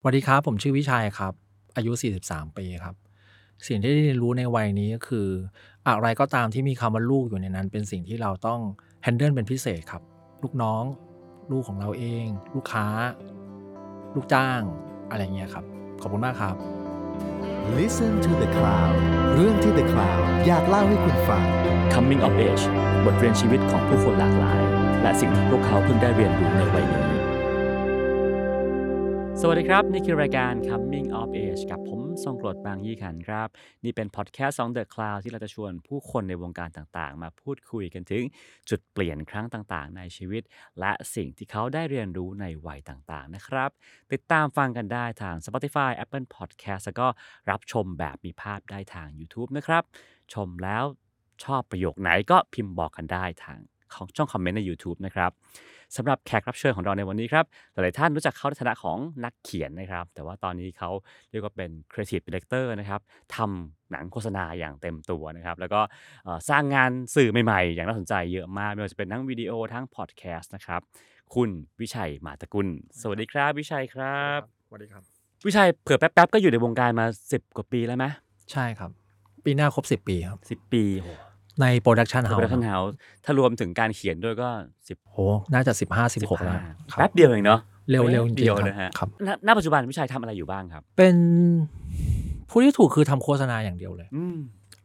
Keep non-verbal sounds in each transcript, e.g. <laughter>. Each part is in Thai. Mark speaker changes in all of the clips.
Speaker 1: สวัสดีครับ ผมชื่อวิชัยครับ อายุ 43 ปีครับ สิ่งที่ได้เรียนรู้ในวัยนี้ก็คือ อะไรก็ตามที่มีคำว่าลูกอยู่ในนั้น เป็นสิ่งที่เราต้อง handle เป็นพิเศษครับ ลูกน้อง ลูกของเราเอง ลูกค้า ลูกจ้าง อะไรเงี้ยครับ ขอบคุณมากครับ
Speaker 2: Listen to the Cloud เรื่องที่ The Cloud อยากเล่าให้คุณฟัง
Speaker 3: Coming of Age บทเรียนชีวิตของผู้คนหลากหลาย และสิ่งที่พวกเขาเพิ่งได้เรียนรู้ในวัยนี้ สวัสดีครับ นี่คือรายการ Coming of Age กับผมทรงกรดบางยี่ขันครับ นี่เป็นพอดแคสต์ของ The Cloud ที่เราจะชวนผู้คนในวงการต่างๆ มาพูดคุยกันถึงจุดเปลี่ยนครั้งต่างๆ ในชีวิต และสิ่งที่เขาได้เรียนรู้ในวัยต่างๆ นะครับ ติดตามฟังกันได้ทาง Spotify Apple Podcast แล้วก็รับชมแบบมีภาพได้ทาง YouTube นะครับ ชมแล้วชอบประโยคไหนก็พิมพ์บอกกันได้ทางของช่องคอมเมนต์ใน YouTube นะครับสำหรับแขกรับเชิญของเราในวันนี้ครับ หลายๆท่านรู้จักเขาในฐานะของนักเขียนนะครับ แต่ว่าตอนนี้เขาเรียกว่าเป็น Creative Director นะครับทำหนังโฆษณาอย่างเต็มตัวนะครับ แล้วก็เอ่อสร้างงานสื่อใหม่ ๆ อย่างน่าสนใจเยอะมากไม่ว่าจะเป็นทั้งวิดีโอทั้งพอดแคสต์นะครับ คุณวิชัยหมาตระกุล สวัสดีครับวิชัยครับ
Speaker 1: สวัสดีครับ
Speaker 3: วิชัยเผื่อแป๊บๆก็อยู่ในวงการมา 10 กว่าปีแล้วไหม
Speaker 1: ใช่ครับ ปีหน้าครบ 10 ปีครับ
Speaker 3: สิปีโห
Speaker 1: ใน Production
Speaker 3: โปร
Speaker 1: House
Speaker 3: ดักชันเฮาส์ถ้ารวมถึงการเขียนด้วยก็สิบ
Speaker 1: โหน่าจะ 15 16แล้วครั
Speaker 3: แป๊
Speaker 1: บบ
Speaker 3: เดียวเองเนาะ
Speaker 1: เร็วๆจริ
Speaker 3: เดี
Speaker 1: ง
Speaker 3: ยว
Speaker 1: ๆ
Speaker 3: นะฮะ
Speaker 1: ครับ
Speaker 3: ณณปัจจุบันวิชัยทำอะไรอยู่บ้างครับ
Speaker 1: เป็นผู้ที่ถูกคือทำโฆษณาอย่างเดียวเลย
Speaker 3: อืม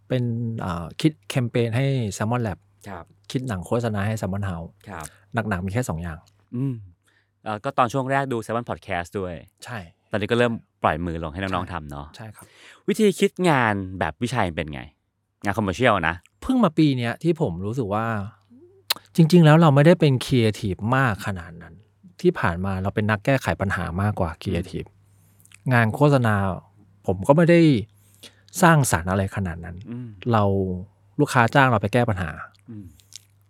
Speaker 1: เป็นอ่าคิดแคมเปญให้ Salmon Lab
Speaker 3: ครับ
Speaker 1: คิดหนังโฆษณาให้ Salmon House
Speaker 3: ครับ
Speaker 1: หนักๆมีแค่ 2 อย่าง
Speaker 3: อืมเอ่อก็ตอนช่วงแรกดูเซเว่นพอดแคสต์ด้วย
Speaker 1: ใช่
Speaker 3: ตอนนี้ก็เริ่มปล่อยมือลงให้น้องๆทำเนาะ
Speaker 1: ใช่ครับ
Speaker 3: วิธีคิดงานแบบวิชัยเป็นไง งานคอมเมอร์เชียลนะ
Speaker 1: เพิ่งมาปีเนี้ยที่ผมรู้สึกว่า จริง ๆ แล้วเราไม่ได้เป็นครีเอทีฟมากขนาดนั้น ที่ผ่านมาเราเป็นนักแก้ไขปัญหามากกว่าครีเอทีฟงานโฆษณา ผมก็ไม่ได้สร้างสารรค์อะไรขนาดนั้น
Speaker 3: อืม
Speaker 1: เราลูกค้าจ้างเราไปแก้ปัญหา
Speaker 3: อืม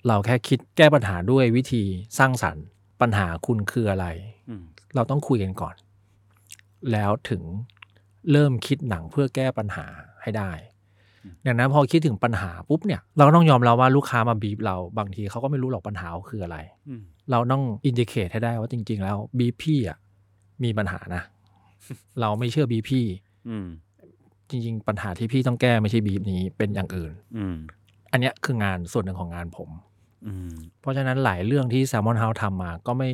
Speaker 1: เราแค่คิดแก้ปัญหาด้วยวิธีสร้างสรรค์ ปัญหาคุณคืออะไร
Speaker 3: อืม
Speaker 1: เราต้องคุยกันก่อน แล้วถึงเริ่มคิดหนังเพื่อแก้ปัญหาให้ได้ ดังนั้นพอคิดถึงปัญหาปุ๊บเนี่ย เราก็ต้องยอมรับว่าลูกค้ามาบีบเราบางทีเขาก็ไม่รู้หรอกปัญหาเขาคืออะไร
Speaker 3: อืม
Speaker 1: เราต้องอินดิเคตให้ได้ว่าจริง ๆ แล้วบีพี่อ่ะมีปัญหานะ เราไม่เชื่อบีพี่
Speaker 3: อืม
Speaker 1: จริง ๆ ปัญหาที่พี่ต้องแก้ไม่ใช่บีนี้เป็นอย่างอื่น
Speaker 3: อืม
Speaker 1: อันเนี้ยคืองานส่วนหนึ่งของงานผม
Speaker 3: อืม
Speaker 1: เพราะฉะนั้นหลายเรื่องที่แซมมอนเฮาทำมา ก็ไม่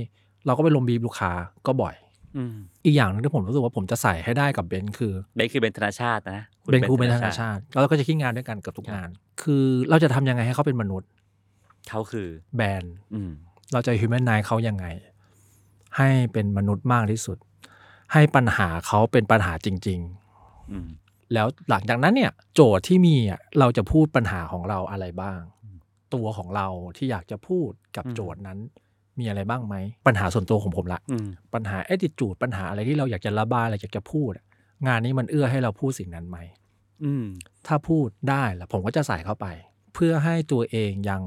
Speaker 1: เราก็ไปลงบีบลูกค้าก็บ่อย
Speaker 3: อืม
Speaker 1: อีกอย่างหนึงที่ผมรู้สึกว่าผมจะใส่ให้ได้กับเบนซ์คือ
Speaker 3: เบนคือเบนธนาชาตินะณ
Speaker 1: เบนซ์ครูเบนซ์ธ
Speaker 3: ธ
Speaker 1: นาชาติแล้วเราก็จะคิดงานด้วยกันเกับทุกงาน คือเราจะทำยังไงให้เขาเป็นมนุษย์
Speaker 3: เขาคือ
Speaker 1: แบรนด์
Speaker 3: อืม
Speaker 1: เราจะฮิวแมนไนเขายังไง ให้เป็นมนุษย์มากที่สุด ให้ปัญหาเขาเป็นปัญหาจริง
Speaker 3: อืม
Speaker 1: ๆ แล้วหลังจากนั้นเนี่ย โจทย์ที่มีอ่ะเราจะพูดปัญหาของเราอะไรบ้าง ตัวของเราที่อยากจะพูดกับ
Speaker 3: อืม
Speaker 1: โจทย์นั้น มีอะไรบ้างไหมปัญหาส่วนตัวของผมละ
Speaker 3: อืม
Speaker 1: ปัญหา attitude ปัญหาอะไรที่เราอยากจะระบายอะไรอยากจะพูดอะงานนี้มันเอื้อให้เราพูดสิ่งนั้นไหม
Speaker 3: อืม
Speaker 1: ถ้าพูดได้แล้วผมก็จะใส่เข้าไป เพื่อให้ตัวเองยัง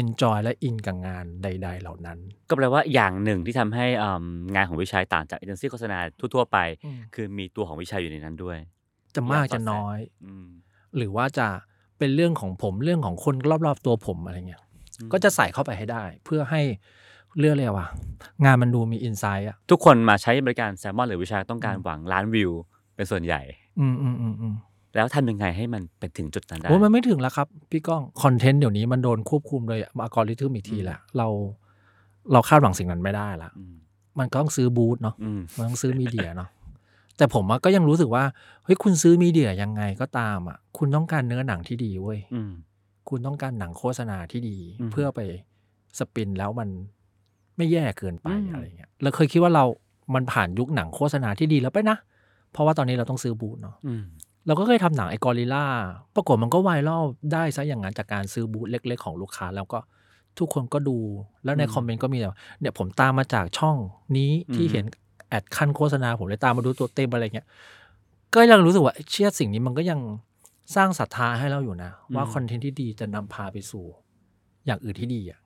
Speaker 1: enjoy และอินกับงานใด ๆ เหล่านั้น
Speaker 3: ก็แปลว่าอย่างหนึ่งที่ทำให้อืมงานของวิชัยต่างจากเอเจนซี่โฆษณาทั่วๆไป
Speaker 1: อืม
Speaker 3: คือมีตัวของวิชัยอยู่ในนั้นด้วย
Speaker 1: จะมากจะน้อย หรือว่าจะเป็นเรื่องของผมเรื่องของคนรอบๆตัวผมอะไรเงี้ย
Speaker 3: อืม
Speaker 1: ก็จะใส่เข้าไปให้ได้ เพื่อให้เรื่องอะไรวะงานมันดูมีอินไซต์อ่ะ
Speaker 3: ทุกคนมาใช้บริการแซมมอนหรือวิชัยต้องการหวังล้านวิว เป็นส่วนใหญ่
Speaker 1: อืมอืมอืมอืม
Speaker 3: แล้วทำยังไงให้มันเป็นถึงจุดนั้นได้
Speaker 1: โอ้ยมันไม่ถึงแล้วครับ พี่ก้องคอนเทนต์เดี๋ยวนี้มันโดนควบคุมโดยอัลกอริทึมอีกทีแหละเรา เราคาดหวังสิ่งนั้นไม่ได้ละ
Speaker 3: อืม
Speaker 1: มันก็ต้องซื้อบูธเนาะ
Speaker 3: อืม
Speaker 1: มันต้องซื้อมีเดียเนาะ แต่ผมอะก็ยังรู้สึกว่าเฮ้ยคุณซื้อมีเดียยังไงก็ตามอ่ะ คุณต้องการเนื้อหนังที่ดีเว้ย
Speaker 3: อืม
Speaker 1: คุณต้องการหนังโฆษณาที่ดี
Speaker 3: อืม
Speaker 1: เพื่อไปสปินแล้วมันไม่แย่เกินไป
Speaker 3: อืม
Speaker 1: อะไรเงี้ยเราเคยคิดว่าเรา มันผ่านยุคหนังโฆษณาที่ดีแล้วไปนะ เพราะว่าตอนนี้เราต้องซื้อบูธเนาะ
Speaker 3: อืม
Speaker 1: เราก็เคยทำหนังไอ้กอริลล่าปรากฏมันก็ไวรัลได้ซะอย่างนั้นจากการซื้อบูธเล็ก ๆ ของลูกค้า แล้วก็ทุกคนก็ดูแล้วในคอมเมนต์ก็มีแบบเนี่ยผมตามมาจากช่องนี้ที่เห็น แอดขั้นโฆษณาผมเลยตามมาดูตัวเต็มอะไรเงี้ย ก็ยังรู้สึกว่าเชื่อสิ่งนี้มันก็ยังสร้างศรัทธาให้เราอยู่นะ ว่าคอนเทนต์ที่ดีจะนำพาไปสู่ อย่างอื่นที่ดีอ่ะ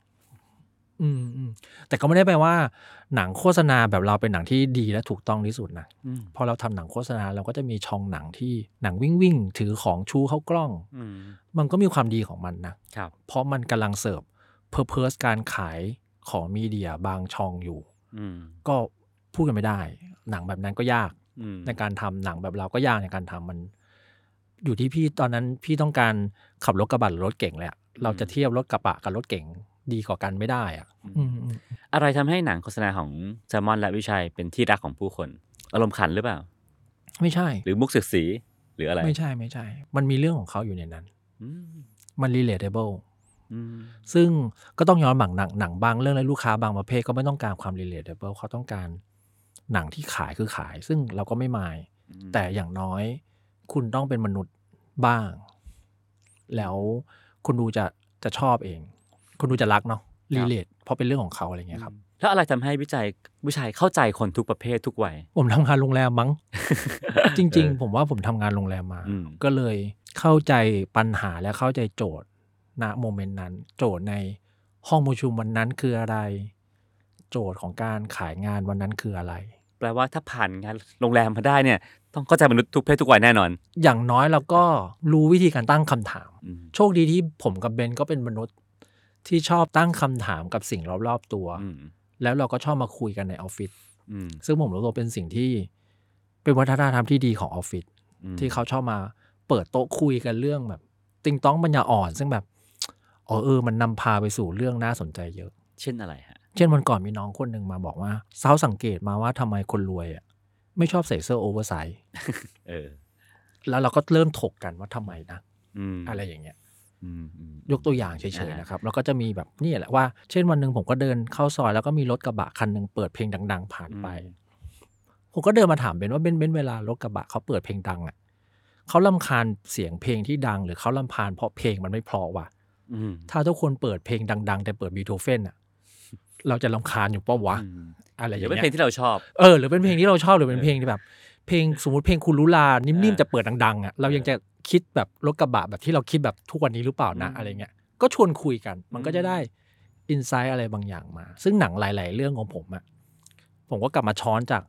Speaker 1: อืมอืมแต่ก็ไม่ได้แปลว่า หนังโฆษณาแบบเราเป็นหนังที่ดีและถูกต้องที่สุดนะ
Speaker 3: อืม
Speaker 1: พอเราทำหนังโฆษณาเราก็จะมีช่องหนังที่หนังวิ่งวิ่งๆถือของชูเข้ากล้อง
Speaker 3: อืม
Speaker 1: มันก็มีความดีของมันนะ
Speaker 3: ครับ
Speaker 1: เพราะมันกำลังเสิร์ฟเพอร์เพสการขายของมีเดียบางช่องอยู่
Speaker 3: อืม
Speaker 1: ก็ พูดกันไม่ได้ หนังแบบนั้นก็ยาก
Speaker 3: อืม
Speaker 1: ในการทำหนังแบบเราก็ยากในการทำมัน อยู่ที่พี่ตอนนั้นพี่ต้องการขับรถกระบะหรือรถเก่งแหลยอะเราจะเทียบรถกระบะกับรถเก่งดีกว่ากันไม่ได้อะอืมอืม
Speaker 3: อะไรทำให้หนังโฆษณาของแซมมอนและวิชัยเป็นที่รักของผู้คน อารมณ์ขันหรือเปล่า
Speaker 1: ไม่ใช่
Speaker 3: หรือมุกสึกสีหรืออะไร
Speaker 1: ไม่ใช่ไม่ใช่ มันมีเรื่องของเขาอยู่ในนั้น
Speaker 3: อืม
Speaker 1: มัน relatable
Speaker 3: อืม
Speaker 1: ซึ่งก็ต้องย้อนหลังหนังหนังบางเรื่องและลูกค้าบางประเภทก็ไม่ต้องการความ relatable เขาต้องการหนังที่ขายคือขาย ซึ่งเราก็ไม่มาย แต่อย่างน้อยคุณต้องเป็นมนุษย์บ้าง แล้วคุณดูจะจะชอบเอง คุณดูจะรักเนาะรีเลทเพราะเป็นเรื่องของเขาอะไรเงี้ยครับ
Speaker 3: แล้วอะไรทำให้วิจัยวิชัยเข้าใจคนทุกประเภททุกวัย
Speaker 1: ผมทำงานโรงแรมมั้ง <laughs> จริง ๆ ผมว่าผมทำงานโรงแรมมา
Speaker 3: อืม
Speaker 1: ก็เลยเข้าใจปัญหาและเข้าใจโจทย์ณโมเมนต์นั้น โจทย์ในห้องประชุมวันนั้นคืออะไร โจทย์ของการขายงานวันนั้นคืออะไร
Speaker 3: แปลว่าถ้าผ่านงานโรงแรมมาได้เนี่ย ต้องเข้าใจมนุษย์ทุกเพศทุกวัยแน่นอน
Speaker 1: อย่างน้อยเราก็รู้วิธีการตั้งคำถาม
Speaker 3: อืม
Speaker 1: โชคดีที่ผมกับเบนก็เป็นมนุษย์ที่ชอบตั้งคำถามกับสิ่งรอบๆตัว
Speaker 3: อืม
Speaker 1: แล้วเราก็ชอบมาคุยกันในออฟฟิศ
Speaker 3: อืม
Speaker 1: ซึ่งผมรู้ตัวาเป็นสิ่งที่เป็นวัฒนธรรมที่ดีของออฟฟิศ
Speaker 3: อืม
Speaker 1: ที่เขาชอบมาเปิดโต๊ะคุยกันเรื่องแบบ ติงต้องปัญญาอ่อน ซึ่งแบบอ๋อเออ มันนำพาไปสู่เรื่องน่าสนใจเยอะ
Speaker 3: เช่นอะไรฮะ
Speaker 1: เช่นวันก่อนมีน้องคนหนึ่งมาบอกว่าเซาสังเกตมาว่าทำไมคนรวยอ่ะไม่ชอบใส่เสื้อโอเวอร์ไซส์
Speaker 3: เออ
Speaker 1: แล้วเราก็เริ่มถกกันว่าทำไมนะ
Speaker 3: อืม
Speaker 1: อะไรอย่างเงี้ย
Speaker 3: อืมอืม
Speaker 1: ยกตัวอย่างเฉยๆนะครับ แล้วก็จะมีแบบนี่แหละว่า เช่นวันหนึ่งผมก็เดินเข้าซอย แล้วก็มีรถกระบะคันหนึ่งเปิดเพลงดัง ๆ ผ่านไป
Speaker 3: อืม
Speaker 1: ผมก็เดินมาถามเบนว่าเบนเบนเวลารถกระบะเขาเปิดเพลงดังอ่ะเขาลำคาญเสียงเพลงที่ดัง หรือเขาลำคาญเพราะเพลงมันไม่เพราะว่ะ
Speaker 3: อืม
Speaker 1: ถ้าทุกคนเปิดเพลงดัง ๆ แต่เปิดบีโธเฟนอ่ะเราจะลำคาญอยู่ปะวะ
Speaker 3: อืม
Speaker 1: อะไรอ
Speaker 3: เดี๋ย
Speaker 1: ย่าวง
Speaker 3: เป็น
Speaker 1: เงี้
Speaker 3: เพลง
Speaker 1: ย
Speaker 3: ที่เราชอบ
Speaker 1: เออหรือเป็นเพลงที่เราชอบหรือเป็นเพลงที่แบบ เพลงสมมติเพลงคุณลุลานิ่มๆจะเปิดดังๆอ่ะเรายังจะคิดแบบรถกระบะแบบที่เราคิดแบบทุกวันนี้หรือเปล่านะ
Speaker 3: อืม
Speaker 1: อะไรเงี้ย ก็ชวนคุยกัน มันก็จะได้อินไซต์อะไรบางอย่างมา ซึ่งหนังหลาย ๆ เรื่องของผมอะผมก็กลับมาช้อนจาก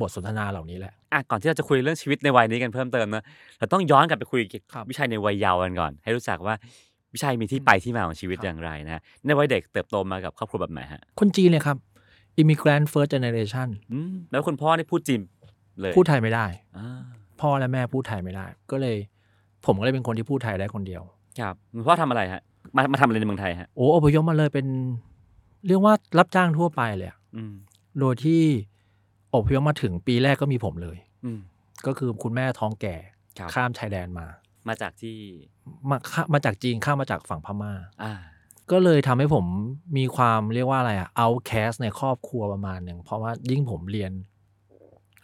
Speaker 1: บทสนทนาเหล่านี้แหละ
Speaker 3: อ่ะก่อนที่เราจะคุยเรื่องชีวิตในวัยนี้กันเพิ่มเติมนะเราต้องย้อนกลับไปคุยกับ
Speaker 1: ครับ
Speaker 3: วิชัยในวัยเยาว์กันก่อน ให้รู้จักว่าวิชัยมีที่ไปที่มาของชีวิต
Speaker 1: ครับ
Speaker 3: อย่างไรนะในวัยเด็กเติบโตมากับครอบครัวแบบไหนฮะ
Speaker 1: คนจีนเลยครับ immigrant first generation
Speaker 3: อืมแล้วคุณพ่อนี่พูดจีนเลย
Speaker 1: พูดไทยไม่ได้
Speaker 3: อ่า
Speaker 1: พ่อและแม่พูดไทยไม่ได้ ก็เลย ผมก็เลยเป็นคนที่พูดไทยได้คนเดียว
Speaker 3: ครับคุณพ่อทำอะไรฮะมามาทำอะไรในเมืองไทยฮะ
Speaker 1: โอ้อพยพมาเลยเป็น เรียกว่ารับจ้างทั่วไปเลยอะ
Speaker 3: อืม
Speaker 1: โดยที่อพยพมาถึงปีแรกก็มีผมเลย
Speaker 3: อืม
Speaker 1: ก็คือคุณแม่ท้องแก่
Speaker 3: ครับ
Speaker 1: ข้ามชายแดนมา
Speaker 3: มาจากที่
Speaker 1: มาข้ามาจากจีนข้ามมาจากฝั่งพม่า
Speaker 3: อ่า
Speaker 1: ก็เลยทำให้ผมมีความเรียกว่าอะไรอะเอาแคสในครอบครัวประมาณหนึ่ง เพราะว่ายิ่งผมเรียน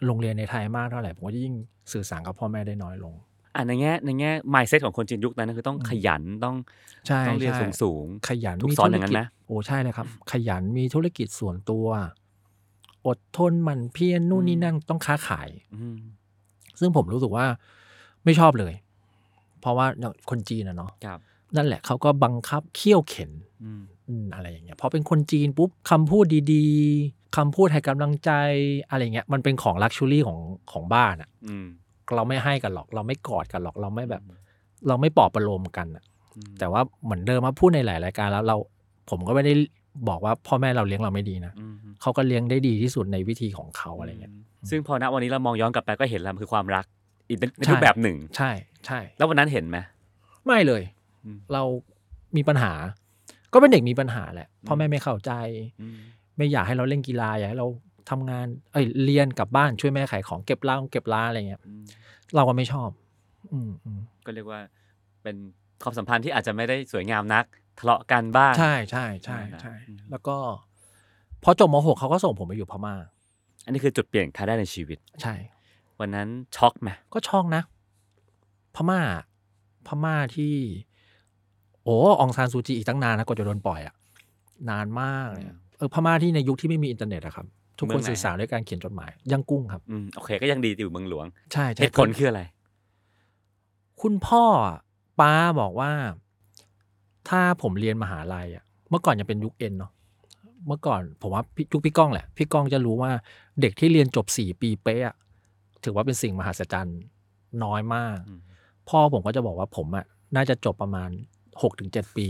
Speaker 1: โรงเรียนในไทยมากเท่าไหร่ ผมก็ยิ่งสื่อสารกับพ่อแม่ได้น้อยลง
Speaker 3: อ่ะในแง่ในแง่ mindset ของคนจีนยุคนั้นนะคือต้อง
Speaker 1: อืม
Speaker 3: ขยันต้อง
Speaker 1: ใช่
Speaker 3: ต้องเรียน
Speaker 1: ใช่
Speaker 3: สูงสูง
Speaker 1: ขยัน
Speaker 3: ถูก
Speaker 1: มี
Speaker 3: สอน
Speaker 1: ธุ
Speaker 3: อ
Speaker 1: ร
Speaker 3: ย่างนั้
Speaker 1: กิจ
Speaker 3: นนะ
Speaker 1: โอ้ใช่เลยครับ ขยันมีธุรกิจส่วนตัว อดทนหมันเพียรนู่นนี่นั่นต้องค้าขาย
Speaker 3: ๆอืม
Speaker 1: ซึ่งผมรู้สึกว่าไม่ชอบเลย เพราะว่าคนจีนอะเนาะ
Speaker 3: ครับ
Speaker 1: นั่นแหละเขาก็บังคับเคี่ยวเข็น
Speaker 3: อืม
Speaker 1: อืมอะไรอย่างเงี้ยพอเป็นคนจีนปุ๊บคำพูดดีๆคำพูดให้กำลังใจอะไรเงี้ยมันเป็นของลักชัวรี่ของของบ้านอะ
Speaker 3: อืม
Speaker 1: เราไม่ให้กันหรอก เราไม่กอดกันหรอก เราไม่แบบ เราไม่ปลอบประโลมกันอะ
Speaker 3: อืม
Speaker 1: แต่ว่าเหมือนเดิมมาพูดในหลายรายการแล้วเราผมก็ไม่ได้บอกว่าพ่อแม่เราเลี้ยงเราไม่ดีนะ
Speaker 3: อืม
Speaker 1: เขาก็เลี้ยงได้ดีที่สุดในวิธีของเขาอะไรเงี้ย
Speaker 3: ซึ่งพอณวันนี้เรามองย้อนกลับไปก็เห็นแล้วมันคือความรัก อีกในใน
Speaker 1: ใช่
Speaker 3: รูปแบบหนึ่ง
Speaker 1: ใช่ใช่
Speaker 3: แล้ววันนั้นเห็นไหม
Speaker 1: ไม่เลย
Speaker 3: อืม
Speaker 1: เรามีปัญหา ก็เป็นเด็กมีปัญหาแหละพ่อ
Speaker 3: อื
Speaker 1: แม่
Speaker 3: ม
Speaker 1: ไม่เข้าใจ ไม่อยากให้เราเล่นกีฬาอยากให้เราทำงานเอ้ยเรียนกลับบ้านช่วยแม่ขายของเก็บร้านเก็บร้านอะไรเงี้ย
Speaker 3: อืม
Speaker 1: เราก็ไม่ชอบ อืมอืม
Speaker 3: ก็เรียกว่าเป็นความสัมพันธ์ที่อาจจะไม่ได้สวยงามนัก ทะเลาะกันบ้าง
Speaker 1: ใช่ใช่ใช่ใช่
Speaker 3: อืม
Speaker 1: แล้วก็พอจบมหกเขาก็ส่งผมไปอยู่พม่า
Speaker 3: อันนี้คือจุดเปลี่ยนครั้งแรกในชีวิต
Speaker 1: ใช่
Speaker 3: วันนั้นช็อกไหม
Speaker 1: ก็ช่องนะ พม่า พม่าที่ โอ้อองซานซูจีอีกตั้งนานนะกว่าจะโดนปล่อยอะนานมากเลยอะเออพม่าที่ในยุคที่ไม่มีอินเทอร์เน็ตอะครับ ทุกคนสื่อสารด้วยการเขียนจดหมายย่างกุ้งครับ
Speaker 3: อืมโอเคก็ยังดีอยู่เมืองหลวง
Speaker 1: ใช่ใช่
Speaker 3: เหตุผลคืออะไร
Speaker 1: คุณพ่ออะป้าบอกว่า ถ้าผมเรียนมหาลัยอ่ะ เมื่อก่อนยังเป็นยุคเอ็นเนาะเมื่อก่อนผมว่าพี่ยุคพี่ก้องแหละ พี่ก้องจะรู้ว่าเด็กที่เรียนจบสี่ปีเป๊ะอะถือว่าเป็นสิ่งมหัศจรรย์น้อยมาก
Speaker 3: อืม
Speaker 1: พ่อผมก็จะบอกว่าผมอ่ะน่าจะจบประมาณหกถึงเจ็ดปี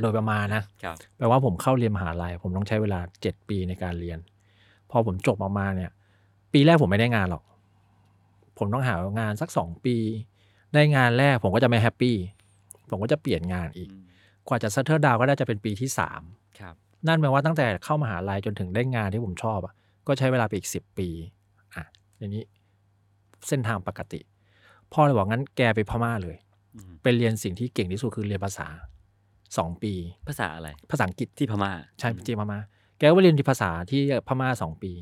Speaker 1: โดยประมาณนะ
Speaker 3: ครับ
Speaker 1: แปลว่าผมเข้าเรียนมหาลัย ผมต้องใช้เวลาเจ็ดปีในการเรียน พอผมจบออกมาเนี่ย ปีแรกผมไม่ได้งานหรอก ผมต้องหางานสักสองปี ได้งานแรกผมก็จะไม่แฮปปี้ ผมก็จะเปลี่ยนงานอีก
Speaker 3: อืม
Speaker 1: กว่าจะเซ t เทอร์ดาวก็น่าจะเป็นปีที่สาม
Speaker 3: ครับ
Speaker 1: นั่นแปลว่าตั้งแต่เข้ามหาลัยจนถึงได้งานที่ผมชอบอะก็ใช้เวลาไปอีกสิบปี อ่ะอย่างนี้เส้นทางปกติ พ่อเลยบอกงั้นแกไปพม่าเลย
Speaker 3: อืม
Speaker 1: ไปเรียนสิ่งที่เก่งที่สุดคือเรียนภาษาสองปี
Speaker 3: ภาษาอะไร
Speaker 1: ภาษาอังกฤษ
Speaker 3: ที่พม่า
Speaker 1: ใช่
Speaker 3: อืม
Speaker 1: จีนพม่าแกก็ไปเรียนที่ภาษาที่พม่าสองปี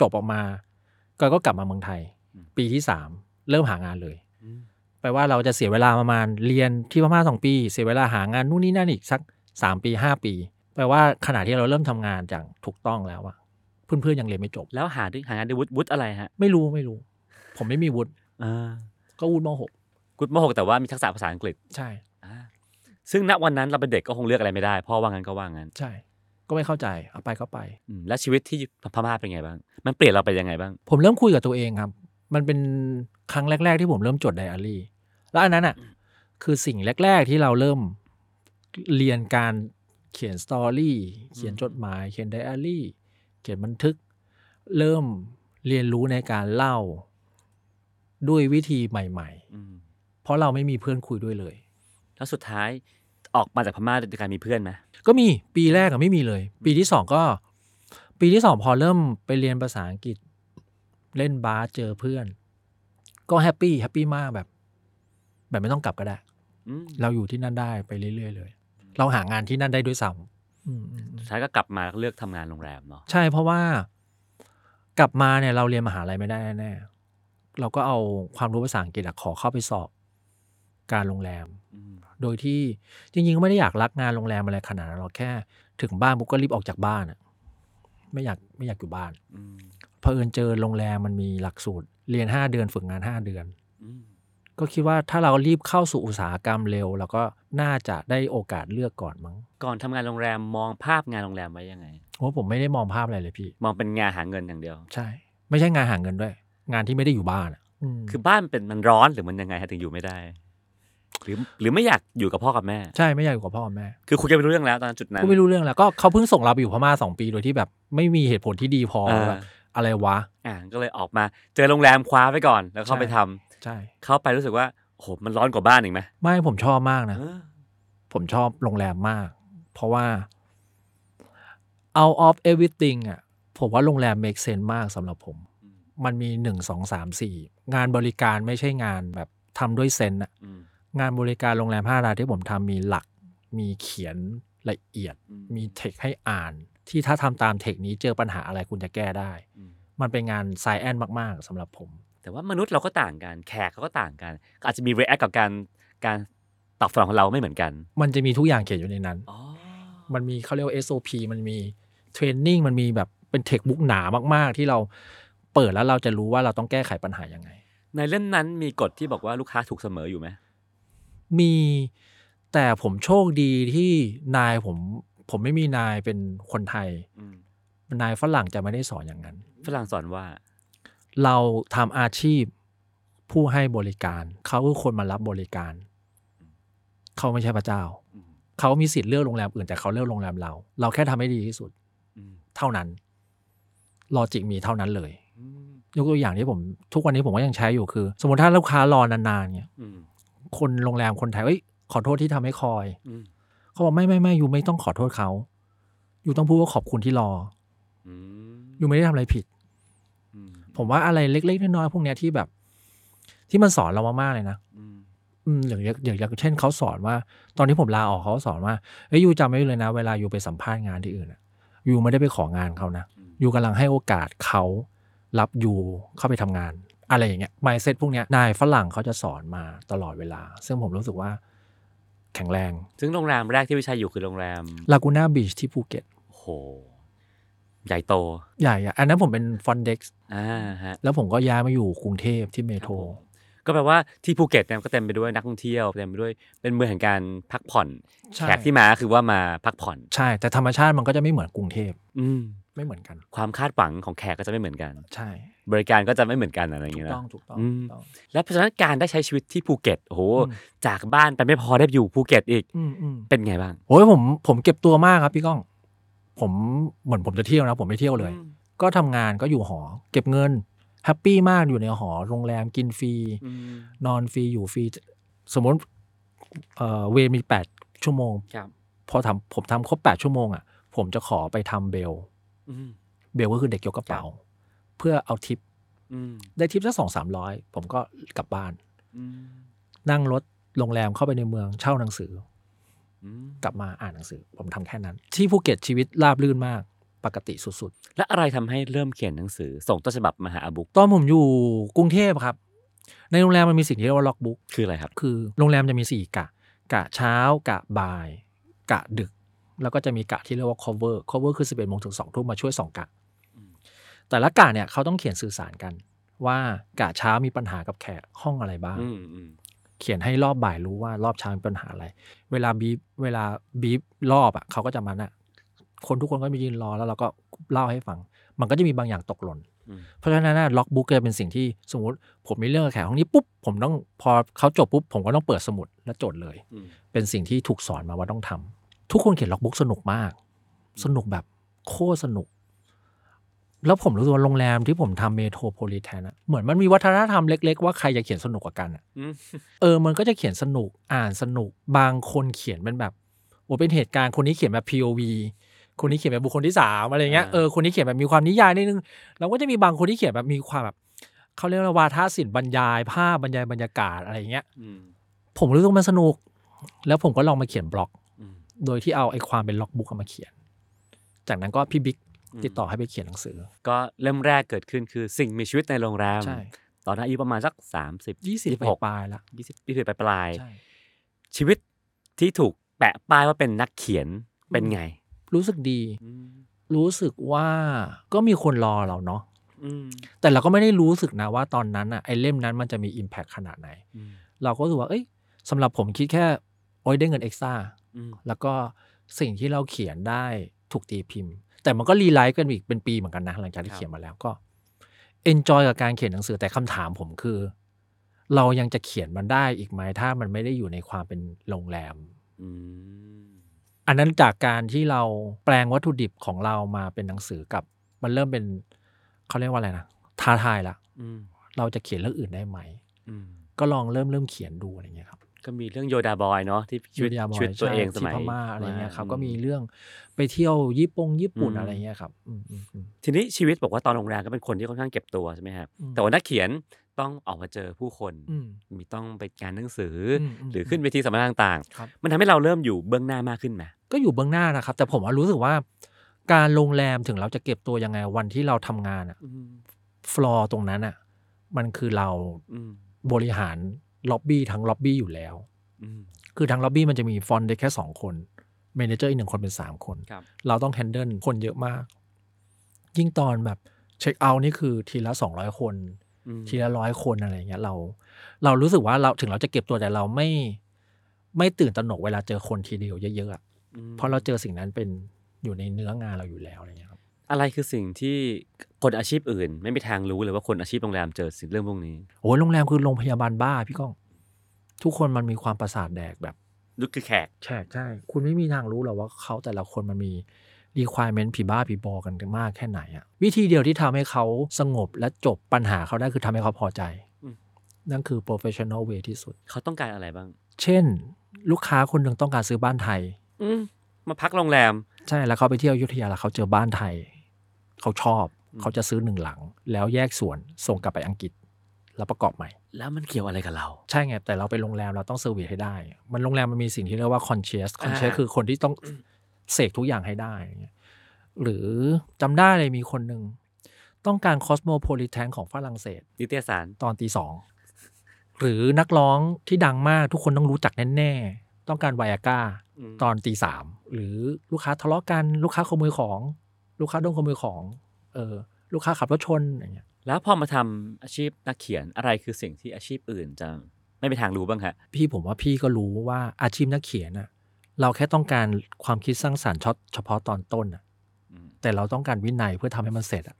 Speaker 1: จบออกมาก็ก็กลับมาเมืองไทย ปีที่สามเริ่มหางานเลย
Speaker 3: อืม
Speaker 1: แปลว่าเราจะเสียเวลาประมาณเรียนที่พม่าสองปี เสียเวลาหางานนู่นนี่นั่นอีกสักสามปีห้าปี แปลว่าขณะที่เราเริ่มทำงานอย่างถูกต้องแล้วอะเพื่อนๆยังเรียนไม่จบ
Speaker 3: แล้วหาด้วยหางานด้วยวุฒิวุฒิอะไรฮะ
Speaker 1: ไม่รู้ไม่รู้ ผมไม่มีวุฒิ
Speaker 3: อ่า
Speaker 1: ก็วุฒิมหก
Speaker 3: กุดมหกแต่ว่ามีทักษะภาษาอังกฤษ
Speaker 1: ใช่
Speaker 3: อ่าซึ่งณวันนั้นเราเป็นเด็กก็คงเลือกอะไรไม่ได้พ่อว่างั้นก็ว่างั้น
Speaker 1: ใช่ ก็ไม่เข้าใจเอาไปก็ไป
Speaker 3: อืมแล้วชีวิตที่พม่าเป็นไงบ้าง มันเปลี่ยนเราไปยังไงบ้าง
Speaker 1: ผมเริ่มคุยกับตัวเองครับ มันเป็นครั้งแรก ๆ ที่ผมเริ่มจดไดอารี่ แล้วอันนั้นอ่ะ คือสิ่งแรก ๆ ที่เราเริ่มเรียนการเขียนสตอรี่ เขียนจดหมาย เขียนไดอารี่ เขียนบันทึก เริ่มเรียนรู้ในการเล่าด้วยวิธีใหม่
Speaker 3: อืม
Speaker 1: ๆ เพราะเราไม่มีเพื่อนคุยด้วยเลย
Speaker 3: แล้วสุดท้ายออกมาจากพม่าโดยการมีเพื่อนไหม
Speaker 1: ก็มีปีแรกอะไม่มีเลย ปีที่สองก็ ปีที่สองพอเริ่มไปเรียนภาษาอังกฤษ เล่นบาสเจอเพื่อน ก็แฮปปี้แฮปปี้มากแบบ แบบไม่ต้องกลับก็ได้
Speaker 3: อืม
Speaker 1: เราอยู่ที่นั่นได้ไปเรื่อยๆเลย เราหางานที่นั่นได้ด้วยซ้ำอืมอืมอืม
Speaker 3: สุดท้ายก็กลับมาเลือกทำงานโรงแรมเนาะ
Speaker 1: ใช่เพราะว่า กลับมาเนี่ย เราเรียนมหาลัยไม่ได้แน่ๆเราก็เอาความรู้ภาษาอังกฤษอะขอเข้าไปสอบ การโรงแรม
Speaker 3: อืม
Speaker 1: โดยที่จริงๆก็ไม่ได้อยากรักงานโรงแรมอะไรขนาดนั้นหรอกแค่ถึงบ้านปุ๊บก็รีบออกจากบ้านอะไม่อยากไม่อยากอยู่บ้าน
Speaker 3: อืม
Speaker 1: เพอเอิญเจอโรงแรมมันมีหลักสูตร เรียน 5 เดือนฝึกงาน 5 เดือน
Speaker 3: อืม
Speaker 1: ก็คิดว่าถ้าเรารีบเข้าสู่อุตสาหกรรมเร็วเราก็น่าจะได้โอกาสเลือกก่อนมั้ง
Speaker 3: ก่อนทำงานโรงแรมมองภาพงานโรงแรมไว้ยังไง
Speaker 1: เพราะผมไม่ได้มองภาพอะไรเลยพี่
Speaker 3: มองเป็นงานหาเงินอย่างเดียว
Speaker 1: ใช่ ไม่ใช่งานหาเงินด้วย งานที่ไม่ได้อยู่บ้านอะอืม
Speaker 3: คือบ้านเป็นมันร้อนหรือมันยังไงฮะถึงอยู่ไม่ได้ หรือหรือไม่อยากอยู่กับพ่อกับแม่
Speaker 1: ใช่ไม่อยากอยู่กับพ่อกับแม่
Speaker 3: คือคุยกันไม่รู้เรื่องแล้วตอนนั้นจุดนั้น
Speaker 1: ก็ไม่รู้เรื่องแล้วก็เขาเพิ่งส่งเราไปอยู่พม่าสองปีโดยที่แบบ ไม่มีเหตุผลที่ดีพอ
Speaker 3: อ่า
Speaker 1: แบบอะไรวะ
Speaker 3: อ่าก็เลยออกมาเจอโรงแรมคว้าไปก่อนแล้วเข้าไป
Speaker 1: ใช่
Speaker 3: ทำ
Speaker 1: ใช่
Speaker 3: เข้าไปรู้สึกว่าโอ้โหมันร้อนกว่าบ้านอีกไหม
Speaker 1: ไม่ผมชอบมากนะ
Speaker 3: เออ
Speaker 1: ผมชอบโรงแรมมาก เพราะว่า out of everything อ่ะ ผมว่าโรงแรม make sense มากสำหรับผม มันมีหนึ่งสองสามสี่งานบริการไม่ใช่งานแบบทำด้วยเซนอะ
Speaker 3: อืม
Speaker 1: งานบริการโรงแรมห้าดาวที่ผมทำมีหลัก มีเขียนละเอียด
Speaker 3: อื
Speaker 1: มีเทคให้อ่าน ที่ถ้าทำตามเทคนี้เจอปัญหาอะไรคุณจะแก้ได้
Speaker 3: อืม
Speaker 1: มันเป็นงานไซแอนมากๆสำหรับผม
Speaker 3: แต่ว่ามนุษย์เราก็ต่างกัน แขกเขาก็ต่างกันก็อาจจะมี react กับการการตอบสนองของเราไม่เหมือนกัน
Speaker 1: มันจะมีทุกอย่างเขียนอยู่ในนั้น
Speaker 3: อ๋อ
Speaker 1: มันมีเขาเรียกว่า SOP มันมีเทรนนิ่งมันมีแบบเป็นเทคบุ๊กหนามาก ๆ ที่เราเปิดแล้วเราจะรู้ว่าเราต้องแก้ไขปัญหายังไง
Speaker 3: ในเล่มนั้นมีกฎที่บอกว่าลูกค้าถูกเสมออยู่ไหม
Speaker 1: มีแต่ผมโชคดีที่นายผม ผมไม่มีนายเป็นคนไทย นายฝรั่งจะไม่ได้สอนอย่างนั้น
Speaker 3: ฝรั่งสอนว่า
Speaker 1: เราทำอาชีพผู้ให้บริการ เขาคือคนมารับบริการ เขาไม่ใช่พระเจ้า
Speaker 3: อืม
Speaker 1: เขามีสิทธิ์เลือกโรงแรมอื่นแต่เขาเลือกโรงแรมเรา เราแค่ทำให้ดีที่สุด
Speaker 3: อืม
Speaker 1: เท่านั้นลอจิกมีเท่านั้นเลย
Speaker 3: อืม
Speaker 1: ยกตัวอย่างที่ผมทุกวันนี้ผมก็ยังใช้อยู่คือ สมมติถ้าลูกค้ารอนานๆเนี่ย
Speaker 3: อืม
Speaker 1: คนโรงแรมคนไทยเอ้ยขอโทษที่ทำให้คอย
Speaker 3: อืม
Speaker 1: เขาบอกไม่ไม่ไม่อยู่ไม่ต้องขอโทษเขา อยู่ต้องพูดว่าขอบคุณที่รอ
Speaker 3: อืม
Speaker 1: อยู่ไม่ได้ทำอะไรผิด
Speaker 3: อืม
Speaker 1: ผมว่าอะไรเล็กๆน้อยๆพวกเนี้ยที่แบบ ที่มันสอนเรามากๆเลยนะ
Speaker 3: อืม
Speaker 1: อืมอย่างอย่างอย่างอย่างเช่นเขาสอนว่า ตอนที่ผมลาออกเขาสอนว่าเอ้ยยูจำไว้เลยนะ เวลาอยู่ไปสัมภาษณ์งานที่อื่นอะยูไม่ได้ไปของานเขานะ
Speaker 3: อืม
Speaker 1: ยูกำลังให้โอกาสเขารับยูเข้าไปทำงาน อะไรอย่างเงี้ย mindset พวกเนี้ยนายฝรั่งเขาจะสอนมาตลอดเวลา ซึ่งผมรู้สึกว่าแข็งแรง
Speaker 3: ซึ่งโรงแรมแรกที่วิชัยอยู่คือโรงแรม
Speaker 1: ลากูน่าบีชที่ภูเก็ต
Speaker 3: โอ้โห ใหญ่โต
Speaker 1: ใหญ่อะอันนั้นผมเป็นฟอนเด็ก
Speaker 3: อ่าฮะ
Speaker 1: แล้วผมก็ย้ายมาอยู่กรุงเทพที่เม
Speaker 3: ค
Speaker 1: โท
Speaker 3: รับ
Speaker 1: ร
Speaker 3: ผมก็แปลว่าที่ภูเก็ตเนี่ยก็เต็มไปด้วยนักท่องเที่ยวเต็มไปด้วยเป็นเมืองแห่งการพักผ่อน
Speaker 1: ใช่
Speaker 3: แขกที่มาคือว่ามาพักผ่อน
Speaker 1: ใช่ แต่ธรรมชาติมันก็จะไม่เหมือนกรุงเทพ
Speaker 3: อืม
Speaker 1: ไม่เหมือนกัน
Speaker 3: ความคาดหวังของแขกก็จะไม่เหมือนกัน
Speaker 1: ใช่
Speaker 3: บริการก็จะไม่เหมือนกันอะไรอย่า
Speaker 1: ถู
Speaker 3: งเงี้
Speaker 1: ก
Speaker 3: ยนะ
Speaker 1: ต้องถูกต้อง
Speaker 3: อืม
Speaker 1: ถูกต้อง
Speaker 3: แล้วเพราะฉะนั้นการได้ใช้ชีวิตที่ภูเก็ตโอ้โห
Speaker 1: อืม
Speaker 3: จากบ้านไปไม่พอได้อยู่ภูเก็ตอีก
Speaker 1: อืมอืม
Speaker 3: เป็นไงบ้าง
Speaker 1: โอ้ยผมผมเก็บตัวมากครับพี่ก้อง ผมเหมือนผมจะเที่ยวนะ ผมไม่เที่ยวเลย ก็ทำงานก็อยู่หอ เก็บเงินแฮปปี้มากอยู่ในหอโรงแรมกินฟรี
Speaker 3: อืม
Speaker 1: นอนฟรีอยู่ฟรีสมมติเอ่อเวรมี 8 ชั่วโมง
Speaker 3: ครับ
Speaker 1: พอทำผมทำครบ 8 ชั่วโมงอ่ะผมจะขอไปทำเบล
Speaker 3: อืม
Speaker 1: เบลก็คือเด็กยกกระเป๋า เพื่อเอาทิป
Speaker 3: อืม
Speaker 1: ได้ทิปสักสองสามร้อยผมก็กลับบ้าน
Speaker 3: อืม
Speaker 1: นั่งรถโรงแรมเข้าไปในเมืองเช่าหนังสือ
Speaker 3: อืม
Speaker 1: กลับมาอ่านหนังสือ ผมทำแค่นั้น ที่ภูเก็ตชีวิตราบรื่นมากปกติสุด
Speaker 3: และอะไรทำให้เริ่มเขียนหนังสือ ส่งต้นฉบับมาหาอาบุก
Speaker 1: ๆ ตอนผมอยู่กรุงเทพครับ ในโรงแรมมันมีสิ่งที่เรียกว่าล็อกบุ๊ก
Speaker 3: คืออะไรครับ
Speaker 1: คือโรงแรมจะมี 4 กะ กะเช้า กะบ่าย กะดึก แล้วก็จะมีกะที่เรียกว่า cover cover คือ 11โมงถึง2ทุ่มมาช่วย 2 กะ
Speaker 3: อืม
Speaker 1: แต่ละกะเนี่ยเขาต้องเขียนสื่อสารกัน ว่ากะเช้ามีปัญหากับแขกห้องอะไรบ้าง
Speaker 3: อืมอืม
Speaker 1: เขียนให้รอบบ่ายรู้ว่ารอบเช้ามีปัญหาอะไร เวลาบีบเวลาบีบรอบอ่ะเขาก็จะมาน่ะ คนทุกคนก็มายืนรอแล้วเราก็เล่าให้ฟัง มันก็จะมีบางอย่างตกหล่น
Speaker 3: อืม
Speaker 1: เพราะฉะนั้นน่ะล็อกบุ๊กจะเป็นสิ่งที่สมมติ ผมมีเรื่องกับแขกห้องนี้ปุ๊บผมต้องพอเขาจบปุ๊บผมก็ต้องเปิดสมุดและจดเลย
Speaker 3: อืม
Speaker 1: เป็นสิ่งที่ถูกสอนมาว่าต้องทำทุกคนเขียนล็อกบุ๊กสนุกมาก สนุกแบบโคตรสนุก แล้วผมรู้สึกว่าโรงแรมที่ผมทำเมโทรโพลิแทนอะเหมือนมันมีวัฒนธรรมเล็กๆ ว่าใครจะเขียนสนุกกว่ากันอะ
Speaker 3: อืม
Speaker 1: เออมันก็จะเขียนสนุกอ่านสนุกบางคนเขียนเป็นแบบโอ้เป็นเหตุการณ์คนนี้เขียนแบบ POV คนนี้เขียนแบบบุคคลที่สามอะไรเงี้ยเออคนนี้เขียนแบบมีความนิยายนิดนึง เราก็จะมีบางคนที่เขียนแบบมีความแบบเขาเรียกว่าวาทศิลป์บรรยายภาพบรรยายบรรยากาศอะไรเงี้ย
Speaker 3: อืม
Speaker 1: ผมรู้สึกมันสนุก แล้วผมก็ลองมาเขียนบล็อก
Speaker 3: อืม
Speaker 1: โดยที่เอาไอ้ความเป็นล็อกบุ๊กมาเขียน จากนั้นก็พี่บิ๊ก
Speaker 3: อืม
Speaker 1: ติดต่อให้ไปเขียนหนังสือ
Speaker 3: ก็เริ่มแรกเกิดขึ้นคือสิ่งมีชีวิตในโรงแรม
Speaker 1: ใช่
Speaker 3: ตอนนั้นอายุประมาณสัก 30
Speaker 1: ยี่สิบ
Speaker 3: หก
Speaker 1: ปลายๆละ
Speaker 3: ยี่สิบยี่สิบปลายๆ
Speaker 1: ใช่
Speaker 3: ชีวิตที่ถูกแปะป้ายว่าเป็นนักเขียนเป็นไง
Speaker 1: รู้สึกดี รู้สึกว่าก็มีคนรอเราเนาะ
Speaker 3: อืม
Speaker 1: แต่เราก็ไม่ได้รู้สึกนะว่าตอนนั้นอะไอ้เล่มนั้นมันจะมี Impact ขนาดไหน
Speaker 3: อืม
Speaker 1: เราก็รู้สึกว่า เอ้ยสำหรับผมคิดแค่โอ้ยได้เงินเอ็กซ่า
Speaker 3: อืม
Speaker 1: แล้วก็สิ่งที่เราเขียนได้ถูกตีพิมพ์ แต่มันก็รีไลท์กันอีกเป็นปีเหมือนกันนะหลังจากที่เขียนมาแล้วก็ enjoy กับการเขียนหนังสือแต่คำถามผมคือ เรายังจะเขียนมันได้อีกไหมถ้ามันไม่ได้อยู่ในความเป็นโรงแรม
Speaker 3: อืม
Speaker 1: อันนั้นจากการที่เราแปลงวัตถุดิบของเรามาเป็นหนังสือกับ มันเริ่มเป็นเขาเรียกว่าอะไรนะท้าทายละ
Speaker 3: อืม
Speaker 1: เราจะเขียนเรื่องอื่นได้ไหม
Speaker 3: อืม
Speaker 1: ก็ลองเริ่มเริ่มเขียนดูอะไรอย่างเงี้ยครับ
Speaker 3: ก็มีเรื่องโยดาบอยเนาะที่ชีวิต
Speaker 1: ยูเนียบอย
Speaker 3: ชีวิตตัวเองส
Speaker 1: ใช่
Speaker 3: มัย
Speaker 1: ที่พม่าอะไรเงี้ยครับ
Speaker 3: อื
Speaker 1: ก็มีเรื่องไปเที่ยวญี่ปุ่งญี่ปุ่น
Speaker 3: อืม
Speaker 1: อะไรเงี้ยครับอืมอืมอืม
Speaker 3: ทีนี้ชีวิตบอกว่าตอนโรงแรมก็เป็นคนที่ค่อนข้างเก็บตัวใช่ไหมครับ
Speaker 1: อืม
Speaker 3: แต่ว่านักเขียนต้องออกมาเจอผู้คน
Speaker 1: อืม
Speaker 3: มีต้องไปงานหนังสืออ
Speaker 1: อืม
Speaker 3: หรือขึ้นเวทีสัมมนาต่าง
Speaker 1: ครับ
Speaker 3: ๆ มันทำให้เราเริ่มอยู่เบื้องหน้ามากขึ้นไหม
Speaker 1: ก็อยู่เบื้องหน้านะครับ แต่ผมว่ารู้สึกว่า การโรงแรมถึงเราจะเก็บตัวยังไงวันที่เราทำงานอะ
Speaker 3: อืม
Speaker 1: ฟลอร์ตรงนั้นอะมันคือเรา
Speaker 3: อืม
Speaker 1: บริหารล็อบบี้ทั้งล็อบบี้อยู่แล้ว
Speaker 3: อืม
Speaker 1: คือทั้งล็อบบี้มันจะมีฟอนต์ได้แค่ 2 คนเมนเจอร์อีกหนึ่งคนเป็น 3 คน
Speaker 3: ครับ
Speaker 1: เราต้องแฮนเดิลคนเยอะมาก ยิ่งตอนแบบเช็คเอาท์นี่คือทีละ 200 คน
Speaker 3: อืม
Speaker 1: ทีละร้อยคนอะไรอย่างเงี้ยเรา เรารู้สึกว่าเราถึงเราจะเก็บตัวแต่เราไม่ ไม่ตื่นตระหนกเวลาเจอคนทีเดียวเยอะๆอะ
Speaker 3: อืม
Speaker 1: เพราะเราเจอสิ่งนั้นเป็นอยู่ในเนื้องานเราอยู่แล้วอะไรอย่างเงี้ยครับ
Speaker 3: อะไรคือสิ่งที่คนอาชีพอื่น ไม่มีทางรู้เลยว่าคนอาชีพโรงแรมเจอสิ่งเรื่องพวกนี้
Speaker 1: โอ้ยโรงแรมคือโรงพยาบาลบ้าพี่ก้อง ทุกคนมันมีความประสาทแดกแบบ
Speaker 3: นึกคือแขก
Speaker 1: แฉกใช่ คุณไม่มีทางรู้หรอกว่าเขาแต่ละคนมันมี requirement ผีบ้าผีบอกันมากแค่ไหนอะวิธีเดียวที่ทำให้เขาสงบและจบปัญหาเขาได้คือทำให้เขาพอใจ
Speaker 3: อืม
Speaker 1: นั่นคือ professional way ที่สุด
Speaker 3: เขาต้องการอะไรบ้าง
Speaker 1: เช่น ลูกค้าคนหนึ่งต้องการซื้อบ้านไทย
Speaker 3: อืมมาพักโรงแรม
Speaker 1: ใช่แล้วเขาไปเที่ยวอยุทธยาแล้วเขาเจอบ้านไทย เขาชอบ
Speaker 3: อืม
Speaker 1: เขาจะซื้อหนึ่งหลัง แล้วแยกส่วนส่งกลับไปอังกฤษ แล้วประกอบใหม่
Speaker 3: แล้วมันเกี่ยวอะไรกับเรา
Speaker 1: ใช่ไง แต่เราไปโรงแรมเราต้องเซอร์วิสให้ได้ มันโรงแรมมันมีสิ่งที่เรียกว่าคอนเชียสคอนเชียส
Speaker 3: อ่า
Speaker 1: คือคนที่ต้องเสกทุกอย่างให้ได้อย่างเงี้ยหรือจำได้เลยมีคนหนึ่ง ต้องการคอสโมโพลิแทนของฝรั่งเศส
Speaker 3: นิตยสาร
Speaker 1: ตอนตีสองหรือนักร้องที่ดังมากทุกคนต้องรู้จักแน่ๆต้องการไวอาก้า
Speaker 3: ม
Speaker 1: ตอนตีสามหรือลูกค้าทะเลาะกันลูกค้าขโมยของ ลูกค้าโดนขโมยของเออลูกค้าขับรถชนอย่างเงี้ย
Speaker 3: แล้วพอมาทำอาชีพนักเขียนอะไรคือสิ่งที่อาชีพอื่นจะไม่มีทางรู้บ้างฮะ
Speaker 1: พี่ผมว่าพี่ก็รู้ว่าอาชีพนักเขียนน่ะเราแค่ต้องการความคิดสร้างสารรค์ช็อตเฉพาะตอนต้นน่ะ
Speaker 3: อืม
Speaker 1: แต่เราต้องการวินัยเพื่อทำให้มันเสร็จอะ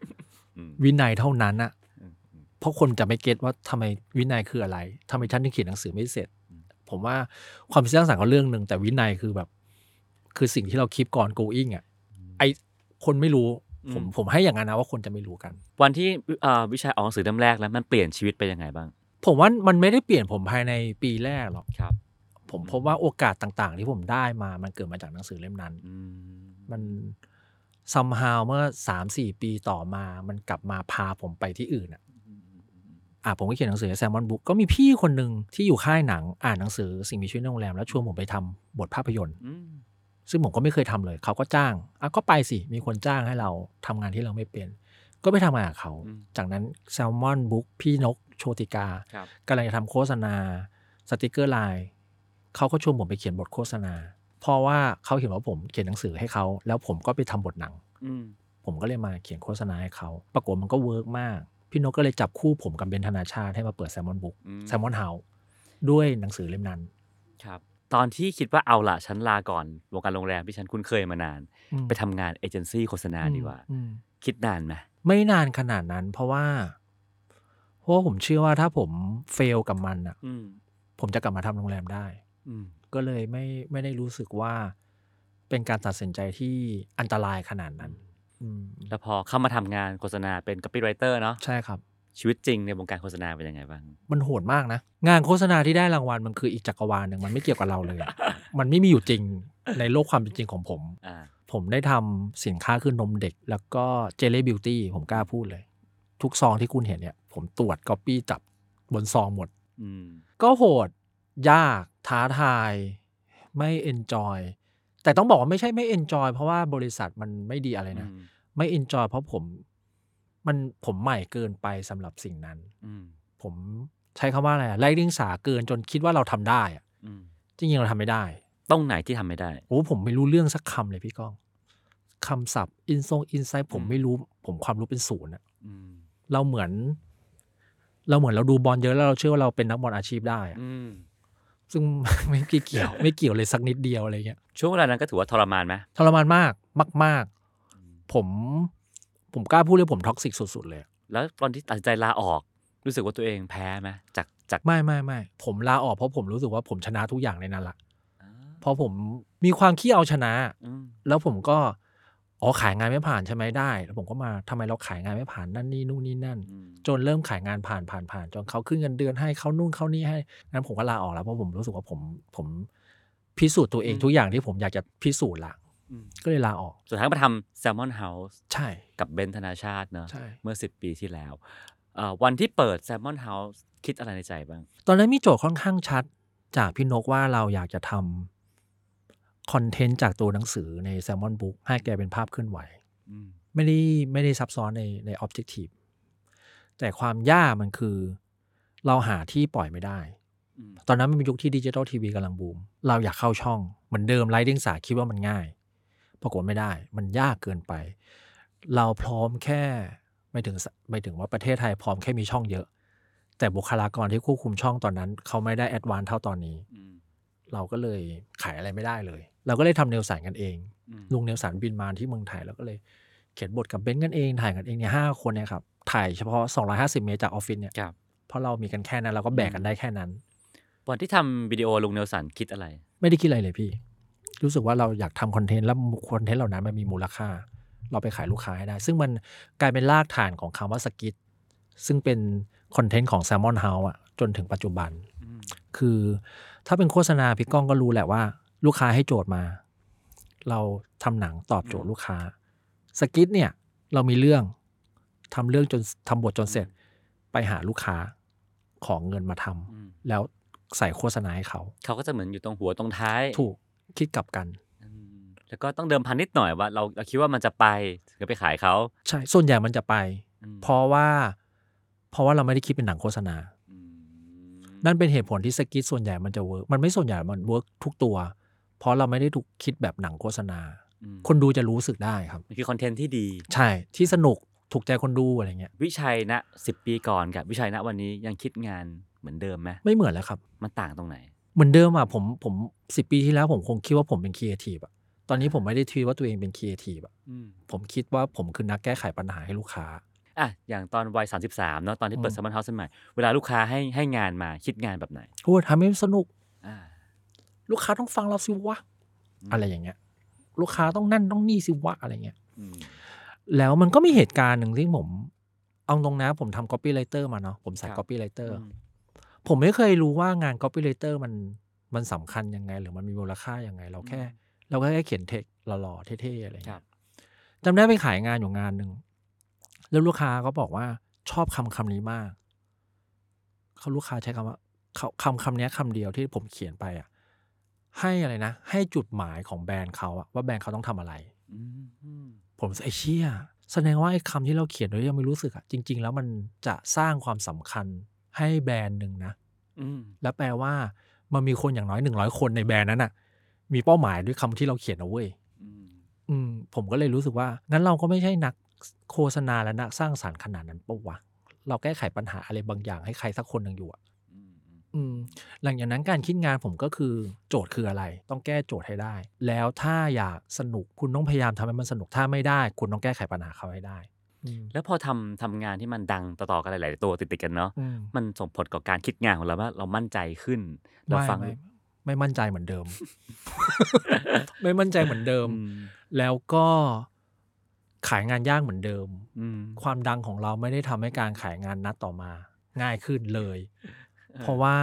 Speaker 3: อืม
Speaker 1: วินัยเท่านั้นอะ
Speaker 3: อืมอืม
Speaker 1: เพราะคนจะไม่เก็ตว่าทำไมวินัยคืออะไรทำไมฉันถึงเขียนหนังสือไม่เสร็จ
Speaker 3: อืม
Speaker 1: ผมว่าความคิดสร้างสรรค์ก็เรื่องหนึ่งแต่วินัยคือแบบ คือสิ่งที่เราคิดก่อน going อ่ะไอคนไม่รู้ ผม
Speaker 3: อืม
Speaker 1: ผมให้อย่างนั้นนะว่าคนจะไม่รู้กัน
Speaker 3: วันที่เอ่อวิชาออกหนังสือเล่มแรกแล้วมันเปลี่ยนชีวิตไปยังไงบ้าง
Speaker 1: ผมว่ามันไม่ได้เปลี่ยนผมภายในปีแรกหรอก
Speaker 3: ครับ
Speaker 1: ผมพบว่าโอกาสต่างๆ ที่ผมได้มามันเกิดมาจากหนังสือเล่มนั้น
Speaker 3: อืม
Speaker 1: มัน somehow เมื่อสามสี่ปีต่อมามันกลับมาพาผมไปที่อื่นอะ อ่ะผมก็เขียนหนังสือแซมมอนบุ๊กก็มีพี่คนหนึ่งที่อยู่ค่ายหนังอ่านหนังสือสิ่งมีชีวิตในโรงแรมแล้วชวนผมไปทำบทภาพยนตร์
Speaker 3: อืม
Speaker 1: ซึ่งผมก็ไม่เคยทำเลย เขาก็จ้างอ่ะก็ไปสิ มีคนจ้างให้เราทำงานที่เราไม่เป็น ก็ไปทำงานกับเขา จากนั้นแซลมอนบุ๊กพี่นกโชติกา
Speaker 3: ครับ
Speaker 1: กำลังจะทำโฆษณาสติกเกอร์ไลน์เขาก็ชวนผมไปเขียนบทโฆษณา เพราะว่าเขาเห็นว่าผมเขียนหนังสือให้เขาแล้วผมก็ไปทำบทหนัง
Speaker 3: อืม
Speaker 1: ผมก็เลยมาเขียนโฆษณาให้เขา ปรากฏมันก็เวิร์กมาก พี่นกก็เลยจับคู่ผมกับเบนธนาชาติให้มาเปิดแซมมอนบุ๊ก
Speaker 3: อืม
Speaker 1: แซมมอนเฮาด้วยหนังสือเล่มนั้น
Speaker 3: ครับ ตอนที่คิดว่าเอาล่ะฉันลาก่อนวงการโรงแรมที่ฉันคุ้นเคยมานาน ไปทำงานเอเจนซี่โฆษณาดีกว่า
Speaker 1: อืม
Speaker 3: คิดนานไหม
Speaker 1: ไม่นานขนาดนั้น เพราะว่าเพราะว่าผมเชื่อว่าถ้าผมเฟลกับมันอ่ะ
Speaker 3: อืม
Speaker 1: ผมจะกลับมาทำโรงแรมได้
Speaker 3: อืม
Speaker 1: ก็เลยไม่ไม่ได้รู้สึกว่า เป็นการตัดสินใจที่อันตรายขนาดนั้นอืม
Speaker 3: แล้วพอเข้ามาทำงานโฆษณาเป็น copywriter เนาะ
Speaker 1: ใช่ครับ
Speaker 3: ชีวิตจริงในวงการโฆษณาเป็นยังไงบ้าง
Speaker 1: มันโหดมากนะ งานโฆษณาที่ได้รางวัลมันคืออีกจักรวาลหนึ่งมันไม่เกี่ยวกับเราเลย <laughs> มันไม่มีอยู่จริงในโลกความเป็นจริงของผม
Speaker 3: อ่า
Speaker 1: ผมได้ทำสินค้าคือนมเด็ก แล้วก็เจลลี่บิวตี้ผมกล้าพูดเลย ทุกซองที่คุณเห็นเนี่ย ผมตรวจก๊อปปี้จับบนซองหมด
Speaker 3: อืม
Speaker 1: ก็โหด ยาก ท้าทาย ไม่เอนจอยแต่ต้องบอกว่าไม่ใช่ไม่เอนจอยเพราะว่าบริษัทมันไม่ดีอะไรนะ ไม่เอนจอยเพราะผมมันผมใหม่เกินไปสำหรับสิ่งนั้น
Speaker 3: อืม
Speaker 1: ผมใช้คำว่าอะไรอะไล่เรียงสาเกินจนคิดว่าเราทำได้อะ
Speaker 3: อืม
Speaker 1: จริงๆเราทำไม่ได้
Speaker 3: ตรงไหนที่ทำไม่ได้
Speaker 1: โอ้ผมไม่รู้เรื่องสักคำเลยพี่ก้องคำศัพท์อินทรงอินไซต์ผม
Speaker 3: อืม
Speaker 1: ไม่รู้ ผมความรู้เป็นศูนย์อะ
Speaker 3: อืม
Speaker 1: เราเหมือน เราเหมือนเราดูบอลเยอะแล้วเราเชื่อว่าเราเป็นนักบอลอาชีพได้อะ
Speaker 3: อืม
Speaker 1: ซึ่ง <laughs> ไม่เกี่ยว ไม่เกี่ยวเลยสักนิดเดียวอะไรเงี้ย
Speaker 3: ช่วงเวลานั้นก็ถือว่าทรมานไหม
Speaker 1: ทรมานมากมาก ๆ ผม ผมกล้าพูดเลยผมท็อกซิกสุด ๆ เลย
Speaker 3: แล้วตอนที่ตัดสินใจลาออก รู้สึกว่าตัวเองแพ้ไหมจากจาก
Speaker 1: ไม่ไม่ไม่ผมลาออกเพราะผมรู้สึกว่าผมชนะทุกอย่างในนั้นละ
Speaker 3: อ่า
Speaker 1: เพราะผมมีความขี้เอาชนะ
Speaker 3: อืม
Speaker 1: แล้วผมก็ อ๋อ ขายงานไม่ผ่านใช่ไหมได้ แล้วผมก็มาทำไมเราขายงานไม่ผ่านนั่นนี่นู่นนี่นั่น
Speaker 3: อืม
Speaker 1: จนเริ่มขายงานผ่านผ่านผ่านจนเขาขึ้นเงินเดือนให้เขานู่นเขานี่ให้งั้นผมก็ลาออกแล้วเพราะผมรู้สึกว่าผมผมพิสูจน์ตัวเองทุกอย่างที่ผมอยากจะพิสูจน์ละ
Speaker 3: อืม
Speaker 1: ก็เลยลาออก
Speaker 3: สุดท้ายก็มาทำแซลมอนเฮาส์
Speaker 1: ใช่
Speaker 3: กับเบนธนาชาติเนอะ
Speaker 1: ใช่
Speaker 3: เมื่อ 10 ปีที่แล้วเอ่อวันที่เปิดแซลมอนเฮาส์คิดอะไรในใจบ้าง
Speaker 1: ตอนนั้นมีโจทย์ค่อนข้างชัด จากพี่นกว่าเราอยากจะทำคอนเทนต์จากตัวหนังสือในแซมมอนบุ๊กให้แกเป็นภาพเคลื่อนไหว
Speaker 3: อืม
Speaker 1: ไม่ได้ไม่ได้ซับซ้อนในในออบเจกตีฟแต่ความยากมันคือ เราหาที่ปล่อยไม่ได้
Speaker 3: อืม
Speaker 1: ตอนนั้นมันเป็นยุคที่ดิจิตอลทีวีกำลังบูม เราอยากเข้าช่อง เหมือนเดิมไร้เดียงสาคิดว่ามันง่าย ปรากฏไม่ได้ มันยากเกินไป เราพร้อมแค่ไม่ถึงสไม่ถึงว่าประเทศไทยพร้อมแค่มีช่องเยอะ แต่บุคลากรที่ควบคุมช่องตอนนั้น เขาไม่ได้แอดวานซ์เท่าตอนนี้
Speaker 3: อืม
Speaker 1: เราก็เลยขายอะไรไม่ได้เลย เราก็เลยทำเนวสารกันเอง
Speaker 3: อืม
Speaker 1: ลุงเนลสันบินมาที่เมืองไทยแล้วก็เลยเขียนบทกับเบนซ์กันเองถ่ายกันเองเนี่ยห้าคนเนี่ยครับถ่ายเฉพาะ 250 เมตรจากออฟฟิศเนี่ย
Speaker 3: ครับ
Speaker 1: เพราะเรามีกันแค่นั้นเราก็แบกกันได้แค่นั้น
Speaker 3: วันที่ทำวิดีโอลุงเนลสันคิดอะไร
Speaker 1: ไม่ได้คิดอะไรเลยพี่ รู้สึกว่าเราอยากทำคอนเทนต์แล้วคอนเทนต์เหล่านั้นมันมีมูลค่า เราไปขายลูกค้าให้ได้ ซึ่งมันกลายเป็นรากฐานของคำว่าสกิทซึ่งเป็นคอนเทนต์ของแซมมอนเฮาส์อ่ะจนถึงปัจจุบัน
Speaker 3: อืม
Speaker 1: คือถ้าเป็นโฆษณาพี่ก้องก็รู้แหละว่า ลูกค้าให้โจทย์มา เราทำหนังตอบโจทย์ลูกค้า สกิทเนี่ย เรามีเรื่องทำเรื่องจนทำบทจนเสร็จ ไปหาลูกค้าของเงินมาทำ
Speaker 3: อืม
Speaker 1: แล้วใส่โฆษณาให้เขา
Speaker 3: เขาก็จะเหมือนอยู่ตรงหัวตรงท้าย
Speaker 1: ถูกคิดกลับกัน
Speaker 3: อืมแล้วก็ต้องเดิมพันนิดหน่อยว่าเราเราคิดว่ามันจะไปถึงจะไปขายเขา
Speaker 1: ใช่ ส่วนใหญ่มันจะไป
Speaker 3: อืม
Speaker 1: เพราะว่า เพราะว่าเราไม่ได้คิดเป็นหนังโฆษณา
Speaker 3: อืม
Speaker 1: นั่นเป็นเหตุผลที่สกิทส่วนใหญ่มันจะเวิร์กมันไม่ส่วนใหญ่มันเวิร์กทุกตัว เพราะเราไม่ได้ถูกคิดแบบหนังโฆษณา
Speaker 3: อืม
Speaker 1: คนดูจะรู้สึกได้ครับ
Speaker 3: มันคือคอนเทนต์ที่ดี
Speaker 1: ใช่ที่สนุกถูกใจคนดูอะไรเงี้ย
Speaker 3: วิชัยณสิบปีก่อนกับวิชัยณวันนี้ยังคิดงานเหมือนเดิมไหม
Speaker 1: ไม่เหมือนแล้วครับ
Speaker 3: มันต่างตรงไหน
Speaker 1: เหมือนเดิมอ่ะผมผมสิปีที่แล้วผมคงคิดว่าผมเป็นครีเอทีฟอ่ะตอนนี้ผมไม่ได้คิดว่าตัวเองเป็นครีเอทีฟอ่ะ
Speaker 3: อืม
Speaker 1: ผมคิดว่าผมคือนักแก้ไขปัญหาให้ลูกค้า
Speaker 3: อ่ะอย่างตอนวัยสามสิบสามเนาะตอนที่เปิด
Speaker 1: อืม
Speaker 3: สมาร์ทเฮาส์ใหม่ เวลาลูกค้าให้ให้งานมาคิดงานแบบไหน
Speaker 1: โอ้ยทำให้สนุก
Speaker 3: อ่า
Speaker 1: ลูกค้าต้องฟังเราสิวะอะไรอย่างเงี้ย ลูกค้าต้องนั่นต้องนี่สิวะอะไรเงี้ย
Speaker 3: อืม
Speaker 1: แล้วมันก็มีเหตุการณ์หนึ่งที่ผม เอาตรงนะผมทำ copywriter มาเนาะผมสาย
Speaker 3: ครับ
Speaker 1: copywriter
Speaker 3: อืม
Speaker 1: ผมไม่เคยรู้ว่างาน copywriter มันมันสำคัญยังไง หรือมันมีมูลค่ายังไง เราแค่ เราก็แค่เขียนเทคหล่อๆเท่ๆอะไรอย่าง
Speaker 3: ครั
Speaker 1: เงี้
Speaker 3: บ
Speaker 1: ยจำได้ไปขายงานอยู่งานหนึ่งแล้วลูกค้าก็บอกว่าชอบคำคำนี้มาก เขาลูกค้าใช้คำว่าเขาคำคำเนี้ยคำเดียวที่ผมเขียนไปอ่ะ ให้อะไรนะ ให้จุดหมายของแบรนด์เขาอะว่าแบรนด์เขาต้องทำอะไร
Speaker 3: อืมอืม
Speaker 1: ผมรู้สึกไอ้เชี่ยแสดงว่าไอ้คำที่เราเขียนโดยที่ยังไม่รู้สึกอะจริง ๆ แล้วมันจะสร้างความสำคัญให้แบรนด์หนึ่งนะ
Speaker 3: อืม
Speaker 1: และแปลว่ามันมีคนอย่างน้อยหนึ่งร้อยคนในแบรนด์นั้นอะมีเป้าหมายด้วยคำที่เราเขียนเอาเว้ย
Speaker 3: อืม
Speaker 1: อืมผมก็เลยรู้สึกว่า งั้นเราก็ไม่ใช่นักโฆษณาและนักสร้างสารรค์ขนาดนั้นปะวะ เราแก้ไขปัญหาอะไรบางอย่างให้ใครสักคนหนึ่งอยู่อะ
Speaker 3: อืมอืม
Speaker 1: อืม หลังจากนั้นการคิดงานผมก็คือโจทย์คืออะไร ต้องแก้โจทย์ให้ได้ แล้วถ้าอยากสนุกคุณต้องพยายามทำให้มันสนุกถ้าไม่ได้ คุณต้องแก้ไขปัญหาเขาให้ได้ อืม
Speaker 3: แล้วพอทำทำงานที่มันดังต่อๆกันหลายๆตัวติดๆกันเนาะ
Speaker 1: อืม
Speaker 3: มันส่งผลกับการคิดงานของเราว่าเรามั่นใจขึ้น เรา
Speaker 1: ไม่
Speaker 3: ฟัง
Speaker 1: ไม่ไม่มั่นใจเหมือนเดิม
Speaker 3: <laughs>
Speaker 1: ไม่มั่นใจเหมือนเดิม
Speaker 3: อืม
Speaker 1: แล้วก็ขายงานยากเหมือนเดิม
Speaker 3: อืม
Speaker 1: ความดังของเราไม่ได้ทำให้การขายงานนัดต่อมา ง่ายขึ้นเลย
Speaker 3: ออ
Speaker 1: เพราะว่า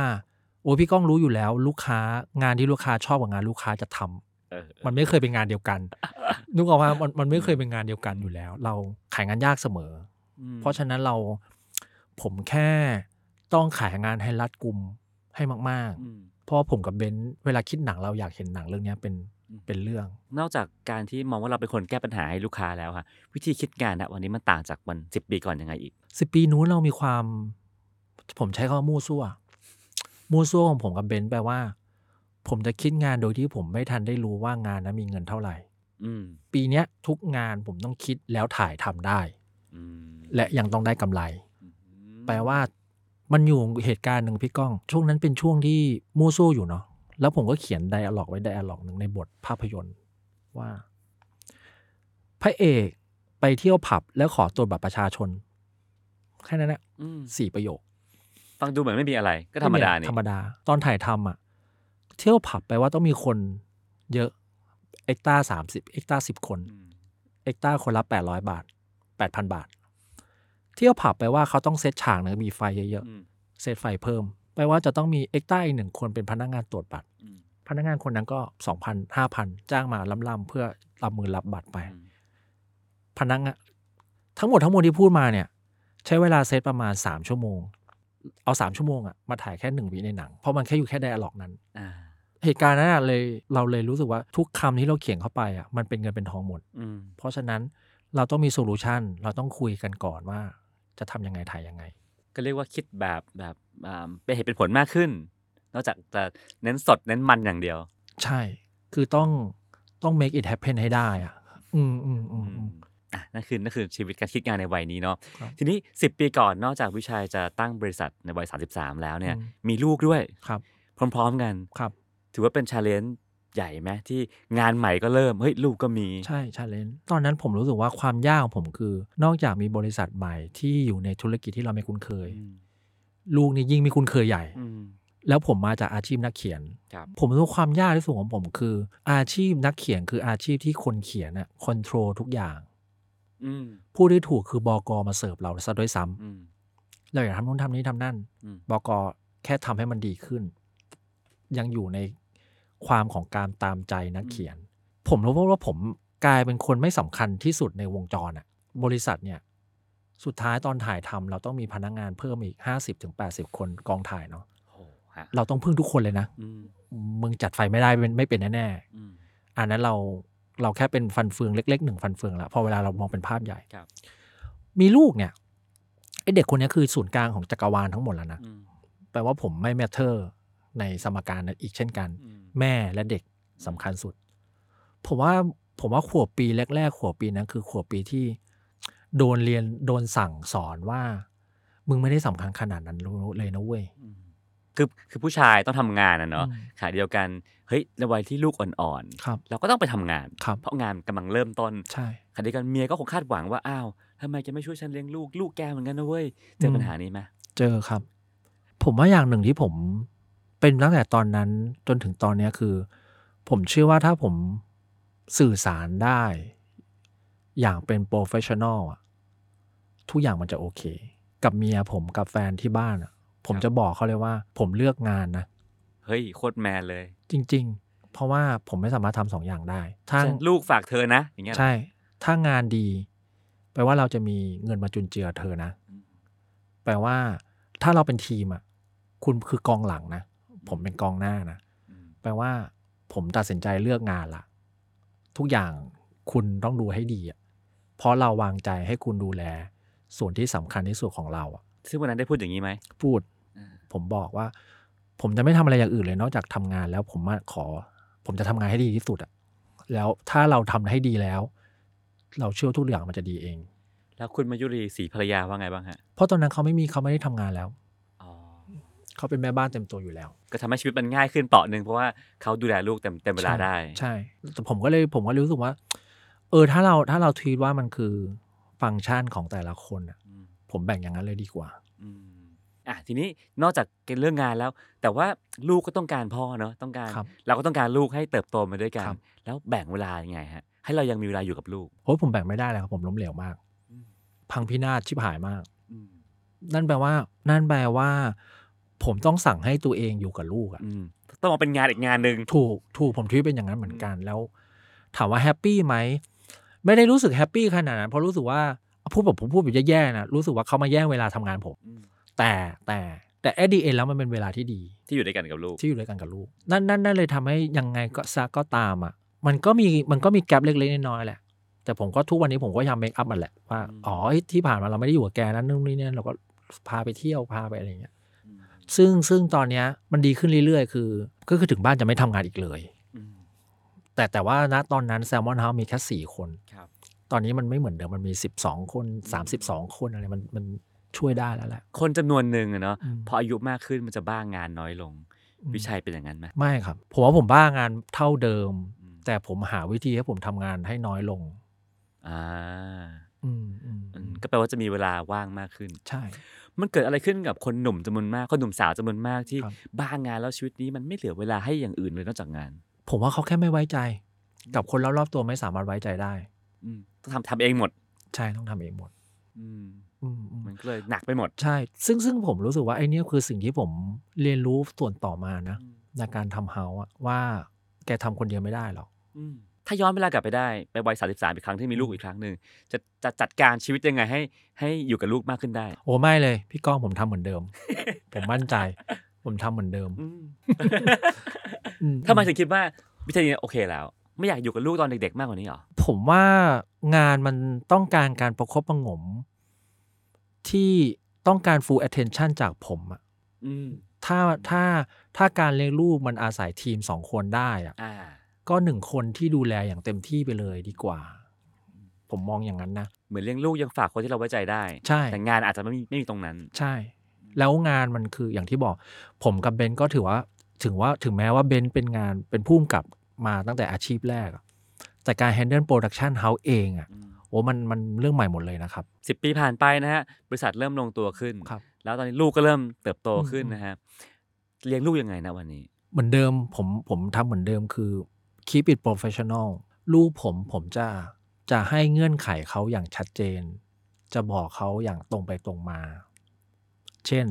Speaker 1: โอ้ยพี่ก้องรู้อยู่แล้ว ลูกค้างานที่ลูกค้าชอบกับงานลูกค้าจะทำ
Speaker 3: เออ
Speaker 1: มันไม่เคยเป็นงานเดียวกัน
Speaker 3: <laughs>
Speaker 1: นึกออกว่ามันมันไม่เคยเป็นงานเดียวกันอยู่แล้ว เราขายงานยากเสมอ
Speaker 3: อืม
Speaker 1: เพราะฉะนั้นเราผมแค่ต้องขายงานให้รัดกุมให้มาก
Speaker 3: อืม
Speaker 1: ๆ เพราะว่าผมกับเบนซ์เวลาคิดหนังเราอยากเห็นหนังเรื่องเนี้ยเป็น
Speaker 3: อืม
Speaker 1: เป็นเรื่อง
Speaker 3: นอกจากการที่มองว่าเราเป็นคนแก้ปัญหาให้ลูกค้าแล้วค่ะ วิธีคิดงานนะวันนี้มันต่างจากวันสิบปีก่อนยังไงอีก
Speaker 1: สิบปีนู้นเรามีความ ผมใช้คำว่ามู่ซั่วมู่ซั่วของผมกับเบนซ์แปลว่า ผมจะคิดงานโดยที่ผมไม่ทันได้รู้ว่างานนั้นมีเงินเท่าไหร่
Speaker 3: อืม
Speaker 1: ปีเนี้ยทุกงานผมต้องคิดแล้วถ่ายทำได้
Speaker 3: อืม
Speaker 1: และยังต้องได้กำไร
Speaker 3: อืม
Speaker 1: แปลว่ามันอยู่เหตุการณ์หนึ่งพี่ก้อง ช่วงนั้นเป็นช่วงที่มู่ซั่วอยู่เนาะแล้วผมก็เขียนไดอะล็อกไว้ไดอะล็อกหนึ่งในบทภาพยนตร์ว่า พระเอกไปเที่ยวผับแล้วขอตรวจบัตรประชาชนแค่นั้นแหละ
Speaker 3: อืม
Speaker 1: สี่ประโยค
Speaker 3: ฟังดูเหมือนไม่มีอะไร ก็ธรรมดานี่
Speaker 1: ธรรมดา ตอนถ่ายทำอ่ะ เที่ยวผับแปลว่าต้องมีคนเยอะ เอ็กต้าสามสิบเอ็กต้าสิบคน
Speaker 3: อืม
Speaker 1: เอ็กต้าคนละแปดร้อยบาทแปดพันบาท เที่ยวผับแปลว่าเขาต้องเซตฉากเนอะมีไฟเยอะ
Speaker 3: อืม
Speaker 1: ๆ เซตไฟเพิ่ม แปลว่าจะต้องมีเอ็กต้าอีกหนึ่งคนเป็นพนักงานตรวจบัตร
Speaker 3: อืม
Speaker 1: พนักงานคนนั้นก็สองพันห้าพันจ้างมาล้ำๆเพื่อรับมือรับบัตรไป
Speaker 3: อืม
Speaker 1: พนักงานทั้งหมดทั้งมวลที่พูดมาเนี่ย ใช้เวลาเซตประมาณ 3 ชั่วโมง เอา 3 ชั่วโมงอะมาถ่ายแค่หนึ่งวิในหนัง เพราะมันแค่อยู่แค่ไดอะล็อกนั้น
Speaker 3: อ่า
Speaker 1: เหตุการณ์นั้นอะเลยเราเลยรู้สึกว่าทุกคำที่เราเขียนเข้าไปอะมันเป็นเงินเป็นทองหมด
Speaker 3: อืม
Speaker 1: เพราะฉะนั้นเราต้องมีโซลูชันเราต้องคุยกันก่อนว่าจะทำยังไงถ่ายยังไง
Speaker 3: ก็เรียกว่าคิดแบบแบบอ่าเป็นเหตุเป็นผลมากขึ้น นอกจากจะเน้นสดเน้นมันอย่างเดียว
Speaker 1: ใช่ คือต้องต้อง make it happen ให้ได้อะอืมอืมอืม
Speaker 3: อื
Speaker 1: อื
Speaker 3: ม
Speaker 1: ม
Speaker 3: อ่ะนั่นคือนั่นคือชีวิตการคิดงานในวัยนี้เนาะ
Speaker 1: ครับ
Speaker 3: ทีนี้ 10 ปีก่อนนอกจากวิชัยจะตั้งบริษัทในวัย33 แล้วเนี่ย มีลูกด้วย
Speaker 1: ครับ
Speaker 3: พร้อมๆกัน
Speaker 1: ครับ
Speaker 3: ถือว่าเป็นชาเลนจ์ใหญ่ไหมที่งานใหม่ก็เริ่ม เฮ้ย ลูกก็มี
Speaker 1: ใช่ชาเลนจ์ตอนนั้นผมรู้สึกว่าความยากของผมคือ นอกจากมีบริษัทใหม่ที่อยู่ในธุรกิจที่เราไม่คุ้นเคย
Speaker 3: อืม
Speaker 1: ลูกนี่ยิ่งไม่คุ้นเคยใหญ่
Speaker 3: อืม
Speaker 1: แล้วผมมาจากอาชีพนักเขียน
Speaker 3: ครับ
Speaker 1: ผมรู้สึกว่าความยากที่สุดของผมคือ อาชีพนักเขียนคืออาชีพที่คนเขียนน่ะคอนโทรลทุกอย่าง
Speaker 3: อืม
Speaker 1: ผู้ที่ถูกคือบอกมาเสิร์ฟเราซะด้วยซ้ำ
Speaker 3: อืม
Speaker 1: เราอยากทำนู่นทำนี้ทำนั่น
Speaker 3: อืม
Speaker 1: บอกแค่ทำให้มันดีขึ้น ยังอยู่ในความของการตามใจนักเขียน ผมรู้ว่าผมกลายเป็นคนไม่สำคัญที่สุดในวงจรอะบริษัทเนี่ย สุดท้ายตอนถ่ายทำเราต้องมีพนักงานเพิ่มอีก 50-80 คนกองถ่ายเนาะ
Speaker 3: โอ้ฮะ
Speaker 1: เราต้องพึ่งทุกคนเลยนะ
Speaker 3: อืม
Speaker 1: มึงจัดไฟไม่ได้เป็นไม่เป็นแน่
Speaker 3: อืม
Speaker 1: ๆอันนั้นเราเราแค่เป็นฟันเฟืองเล็กๆหนึ่งฟันเฟืองละพอเวลาเรามองเป็นภาพใหญ่
Speaker 3: ครับ
Speaker 1: มีลูกเนี่ยไอเด็กคนเนี้ยคือศูนย์กลางของจักรวาลทั้งหมดแล้วนะ
Speaker 3: อืม
Speaker 1: แปลว่าผมไม่แมทเทอร์ในสมการนั้นอีกเช่นกัน
Speaker 3: อืม
Speaker 1: แม่และเด็กสำคัญสุด ผมว่าผมว่าขวบปีแรกๆขวบปีนั้นคือขวบปีที่ โดนเรียนโดนสั่งสอนว่า มึงไม่ได้สำคัญขนาดนั้นเลยนะเว้ย
Speaker 3: อืมคือคือผู้ชายต้องทำงานนะเนาะ
Speaker 1: อืม
Speaker 3: ขณะเดียวกัน เฮ้ยในวัยที่ลูกอ่อน
Speaker 1: ครับ
Speaker 3: ๆ เราก็ต้องไปทำงาน
Speaker 1: ครับ
Speaker 3: เพราะงานกำลังเริ่มต้น
Speaker 1: ใช่
Speaker 3: ขณะเดียวกันเมียก็คงคาดหวังว่าอ้าวทำไมแกไม่ช่วยฉันเลี้ยงลูกลูกแกเหมือนกันนะเว้ยเจอปัญหานี้ไหม
Speaker 1: เจอครับ ผมว่าอย่างหนึ่งที่ผมเป็นตั้งแต่ตอนนั้นจนถึงตอนเนี้ยคือ ผมเชื่อว่าถ้าผมสื่อสารได้ อย่างเป็นโปรเฟชชั่นอลอะทุกอย่างมันจะโอเค กับเมียผมกับแฟนที่บ้านอะผม
Speaker 3: ครับ
Speaker 1: จะบอกเขาเลยว่า ผมเลือกงานนะ
Speaker 3: เฮ้ยโคตรแมนเลย
Speaker 1: จริง ๆ เพราะว่าผมไม่สามารถทำสองอย่างได้ถ้า
Speaker 3: ฉันลูกฝากเธอนะอย่างเงี้ยเหรอ
Speaker 1: ใช่ ถ้างานดี แปลว่าเราจะมีเงินมาจุนเจือเธอนะ
Speaker 3: อืม
Speaker 1: แปลว่า ถ้าเราเป็นทีมอ่ะ คุณคือกองหลังนะ ผมเป็นกองหน้านะ
Speaker 3: อืม
Speaker 1: แปลว่า ผมตัดสินใจเลือกงานละ ทุกอย่างคุณต้องดูให้ดีอ่ะ เพราะเราวางใจให้คุณดูแล ส่วนที่สำคัญที่สุดของเราอ่ะ
Speaker 3: ซึ่งวันนั้นได้พูดอย่างนี้ไหม
Speaker 1: พูด
Speaker 3: อ่า
Speaker 1: ผมบอกว่า ผมจะไม่ทำอะไรอย่างอื่นเลยนอกจากทำงานแล้วผมมาขอ ผมจะทำงานให้ดีที่สุดอะแล้วถ้าเราทำให้ดีแล้ว เราเชื่อทุกอย่างมันจะดีเอง
Speaker 3: แล้วคุณมายุรีสีภรรยาว่าไงบ้างฮะ
Speaker 1: เพราะตอนนั้นเขาไม่มีเขาไม่ได้ทำงานแล้ว
Speaker 3: อ๋อ
Speaker 1: เขาเป็นแม่บ้านเต็มตัวอยู่แล้ว
Speaker 3: ก็ทำให้ชีวิตมันง่ายขึ้นเปราะหนึ่งเพราะว่าเขาดูแลลูกเต็มเต็มเวลาได้
Speaker 1: ใช่ แต่ผมก็เลยผมก็เลยรู้สึกว่า เออถ้าเราถ้าเราทวีตว่ามันคือฟังก์ชันของแต่ละคนอะ
Speaker 3: อืม
Speaker 1: ผมแบ่งอย่างนั้นเลยดีกว่า
Speaker 3: อืมอ่ะทีนี้นอกจากเรื่องงานแล้ว แต่ว่าลูกก็ต้องการพ่อเนอะต้องการ
Speaker 1: ครับ
Speaker 3: เราก็ต้องการลูกให้เติบโตมาด้วยกัน
Speaker 1: ครับ
Speaker 3: แล้วแบ่งเวลายังไงฮะ ให้เรายังมีเวลาอยู่กับลูก
Speaker 1: โอ้ยผมแบ่งไม่ได้เลยครับผมล้มเหลวมาก
Speaker 3: อืม
Speaker 1: พังพินาศชิบหายมาก
Speaker 3: อืม
Speaker 1: นั่นแปลว่า นั่นแปลว่า ผมต้องสั่งให้ตัวเองอยู่กับลูกอะ
Speaker 3: อืมต้องมาเป็นงานอีกงานหนึ่ง
Speaker 1: ถูก ถูก ผมคิดว่าเป็นอย่างนั้นเหมือนกัน แล้ว ถามว่าแฮปปี้ไหม ไม่ได้รู้สึกแฮปปี้ขนาดนั้น เพราะรู้สึกว่าพูดแบบผมพูดแบบแย่ๆนะ รู้สึกว่าเขามาแย่งเวลาทำงานผม
Speaker 3: อืม
Speaker 1: แต่แต่แต่แอดดีเอแล้วมันเป็นเวลาที่ดี
Speaker 3: ที่อยู่ด้วยกันกับลูก
Speaker 1: ที่อยู่ด้วยกันกับลูก นั่นนั่นนั่นเลยทำให้ยังไงก็ซะก็ตามอ่ะ มันก็มีมันก็มีแกลบเล็กๆน้อยๆแหละ แต่ผมก็ทุกวันนี้ผมก็ยังเมคอัพมันแหละว่า
Speaker 3: อืม
Speaker 1: อ๋อเอ้ยที่ผ่านมาเราไม่ได้อยู่กับแกนั่นนู่นนี่นั่นเราก็พาไปเที่ยวพาไปอะไรอย่างเงี้ย ซึ่งซึ่งตอนเนี้ยมันดีขึ้นเรื่อยๆ คือ ก็คือถึงบ้านจะไม่ทำงานอีกเลย
Speaker 3: อืม
Speaker 1: แต่แต่ว่าณตอนนั้นแซลมอนเฮามีแค่ 4 คน
Speaker 3: ครับ
Speaker 1: ตอนนี้มันไม่เหมือนเดิมมันมี 12 คน 32 คนอะไรมันมันช่วยได้แล้วแหละ
Speaker 3: คนจำนวนหนึ่งอะเนาะ
Speaker 1: อืม
Speaker 3: พออายุมากขึ้นมันจะบ้างงานน้อยลง วิชัยเป็นอย่างนั้นไหม
Speaker 1: ไม่ครับ ผมว่าผมบ้างานเท่าเดิม
Speaker 3: อืม
Speaker 1: แต่ผมหาวิธีให้ผมทำงานให้น้อยลง
Speaker 3: อ่า
Speaker 1: อืมอืม
Speaker 3: อืมก็แปลว่าจะมีเวลาว่างมากขึ้น
Speaker 1: ใช่
Speaker 3: มันเกิดอะไรขึ้นกับคนหนุ่มจำนวนมาก คนหนุ่มสาวจำนวนมากที่
Speaker 1: ครับ
Speaker 3: บ้างงานแล้วชีวิตนี้มันไม่เหลือเวลาให้อย่างอื่นเลยนอกจากงาน
Speaker 1: ผมว่าเขาแค่ไม่ไว้ใจ กับคนรอบๆตัวไม่สามารถไว้ใจได้
Speaker 3: อืมต้องทำทำเองหมด
Speaker 1: ใช่ต้องทำเองหมด
Speaker 3: อืม
Speaker 1: อืมอืม
Speaker 3: มันก็เลยหนักไปหมด
Speaker 1: ใช่ ซึ่งซึ่งผมรู้สึกว่าไอเนี้ยคือสิ่งที่ผมเรียนรู้ส่วนต่อมานะ ในการทำเฮาส์อะว่าแกทำคนเดียวไม่ได้หรอก
Speaker 3: อืมถ้าย้อนเวลากลับไปได้ไปวัยสามสิบสามอีกครั้งที่มีลูกอีกครั้งหนึ่งจะจะจัดการชีวิตยังไงให้ให้อยู่กับลูกมากขึ้นได้
Speaker 1: โอ้ไม่เลยพี่ก้องผมทำเหมือน
Speaker 3: <laughs>
Speaker 1: เดิม ผมมั่นใจ ผมทำเหมือนเดิม
Speaker 3: อืม <laughs>
Speaker 1: อื
Speaker 3: ถ้ามาถึงคิดว่าวิธีนี้โอเคแล้ว ไม่อยากอยู่กับลูกตอนเด็ก ๆ มากกว่านี้หรอ
Speaker 1: ผมว่างานมันต้องการการประคบประหงม ที่ต้องการ full attention จากผมอะ
Speaker 3: อืม
Speaker 1: ถ้าถ้าถ้าการเลี้ยงลูกมันอาศัยทีมสองคนได้อะ
Speaker 3: อ่า
Speaker 1: ก็หนึ่งคนที่ดูแลอย่างเต็มที่ไปเลยดีกว่า ผมมองอย่างนั้นนะ
Speaker 3: เหมือนเลี้ยงลูกยังฝากคนที่เราไว้ใจได้
Speaker 1: ใช่
Speaker 3: แต่งานอาจจะไม่มีไม่มีตรงนั้น
Speaker 1: ใช่ แล้วงานมันคืออย่างที่บอก ผมกับเบนก็ถือว่าถึงว่าถึงแม้ว่าเบนเป็นงานเป็นผู้กำกับมาตั้งแต่อาชีพแรกอะแต่การ handle production house เองอ่ะโอ้มันมันเรื่องใหม่หมดเลยนะครับ
Speaker 3: สิบปีผ่านไปนะฮะ บริษัทเริ่มลงตัวขึ้น
Speaker 1: ครับ
Speaker 3: แล้วตอนนี้ลูกก็เริ่มเติบโต
Speaker 1: อืม
Speaker 3: ขึ้นนะฮะ เลี้ยงลูกยังไงนะวันนี้
Speaker 1: เหมือนเดิมผมผมทำเหมือนเดิมคือ keep it professional ลูกผมผมจะจะให้เงื่อนไขเขาอย่างชัดเจน จะบอกเขาอย่างตรงไปตรงมา เช่น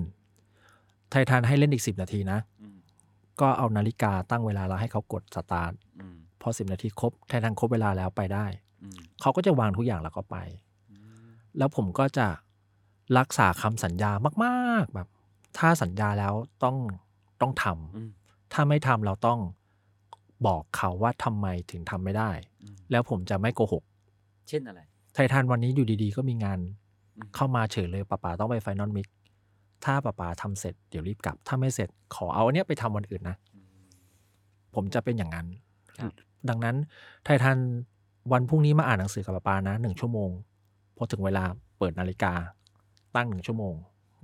Speaker 1: ไททันให้เล่นอีก 10 นาทีนะ
Speaker 3: อืม
Speaker 1: ก็เอานาฬิกาตั้งเวลาแล้วให้เขากดสตาร์ท
Speaker 3: อืม
Speaker 1: พอสิบนาทีครบแทนทางครบเวลาแล้วไปได้
Speaker 3: อืม
Speaker 1: เขาก็จะวางทุกอย่างแล้วก็ไป
Speaker 3: อืม
Speaker 1: แล้วผมก็จะรักษาคำสัญญามากๆแบบ ถ้าสัญญาแล้วต้องต้องทำ
Speaker 3: อืม
Speaker 1: ถ้าไม่ทำเราต้องบอกเขาว่าทำไมถึงทำไม่ได้
Speaker 3: อืม
Speaker 1: แล้วผมจะไม่โกหก
Speaker 3: เช่นอะไร
Speaker 1: ไททันวันนี้อยู่ดีๆ ก็มีงาน
Speaker 3: อืม
Speaker 1: เข้ามาเฉยเลยป๋าป๋าต้องไปไฟนอลมิกถ้าป๋าป๋าทำเสร็จเดี๋ยวรีบกลับ ถ้าไม่เสร็จขอเอาอันเนี้ยไปทำวันอื่นนะ
Speaker 3: อืม
Speaker 1: ผมจะเป็นอย่างนั้น
Speaker 3: ครับ
Speaker 1: ดังนั้นไททันวันพรุ่งนี้มาอ่านหนังสือกับปาปานะหนึ่งชั่วโมง พอถึงเวลาเปิดนาฬิกา ตั้งหนึ่งชั่วโมง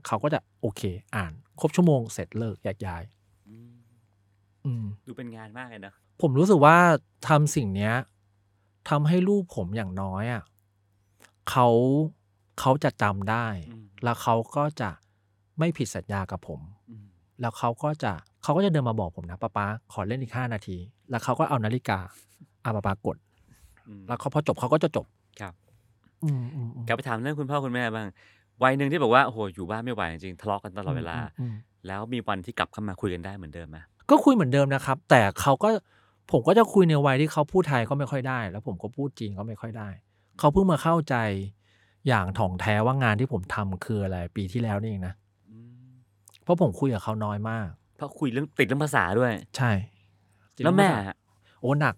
Speaker 1: เขาก็จะโอเค อ่าน ครบชั่วโมงเสร็จเลิกแยกย้าย
Speaker 3: อืม
Speaker 1: อืม
Speaker 3: ดูเป็นงานมากเลยนะ
Speaker 1: ผมรู้สึกว่าทำสิ่งเนี้ยทำให้ลูกผมอย่างน้อยอะ่ะเขาเขาจะจำได้
Speaker 3: อืม
Speaker 1: แล้วเขาก็จะไม่ผิดสัญญากับผม
Speaker 3: อืม
Speaker 1: แล้วเขาก็จะเขาก็จะเดินมาบอกผมนะป้าป๊าขอเล่นอีกห้านาที แล้วเขาก็เอานาฬิกาอาป้าป๊ากด
Speaker 3: อืม
Speaker 1: แล้วเขาพอจบเขาก็จะจบ
Speaker 3: ครับ
Speaker 1: อืมอืมอืม
Speaker 3: กลับไปถามเรื่องคุณพ่อคุณแม่บ้าง วัยหนึ่งที่บอกว่าโอ้โหอยู่บ้านไม่ไหวจริงๆทะเลาะกันตลอดเวลา
Speaker 1: อืม
Speaker 3: แล้วมีวันที่กลับเข้ามาคุยกันได้เหมือนเดิมไหม
Speaker 1: ก็คุยเหมือนเดิมนะครับ แต่เขาก็ผมก็จะคุยในวัยที่เขาพูดไทยก็ไม่ค่อยได้ แล้วผมก็พูดจีนก็ไม่ค่อยได้ เขาเพิ่งมาเข้าใจอย่างถ่องแท้ว่างานที่ผมทำคืออะไรปีที่แล้วนี่เองนะ
Speaker 3: อืม
Speaker 1: เพราะผมคุยกับเขาน้อยมาก
Speaker 3: เพราะคุยเรื่องติดเรื่องภาษาด้วย
Speaker 1: ใช่
Speaker 3: แล้วแม่ฮะ
Speaker 1: โอ้หนัก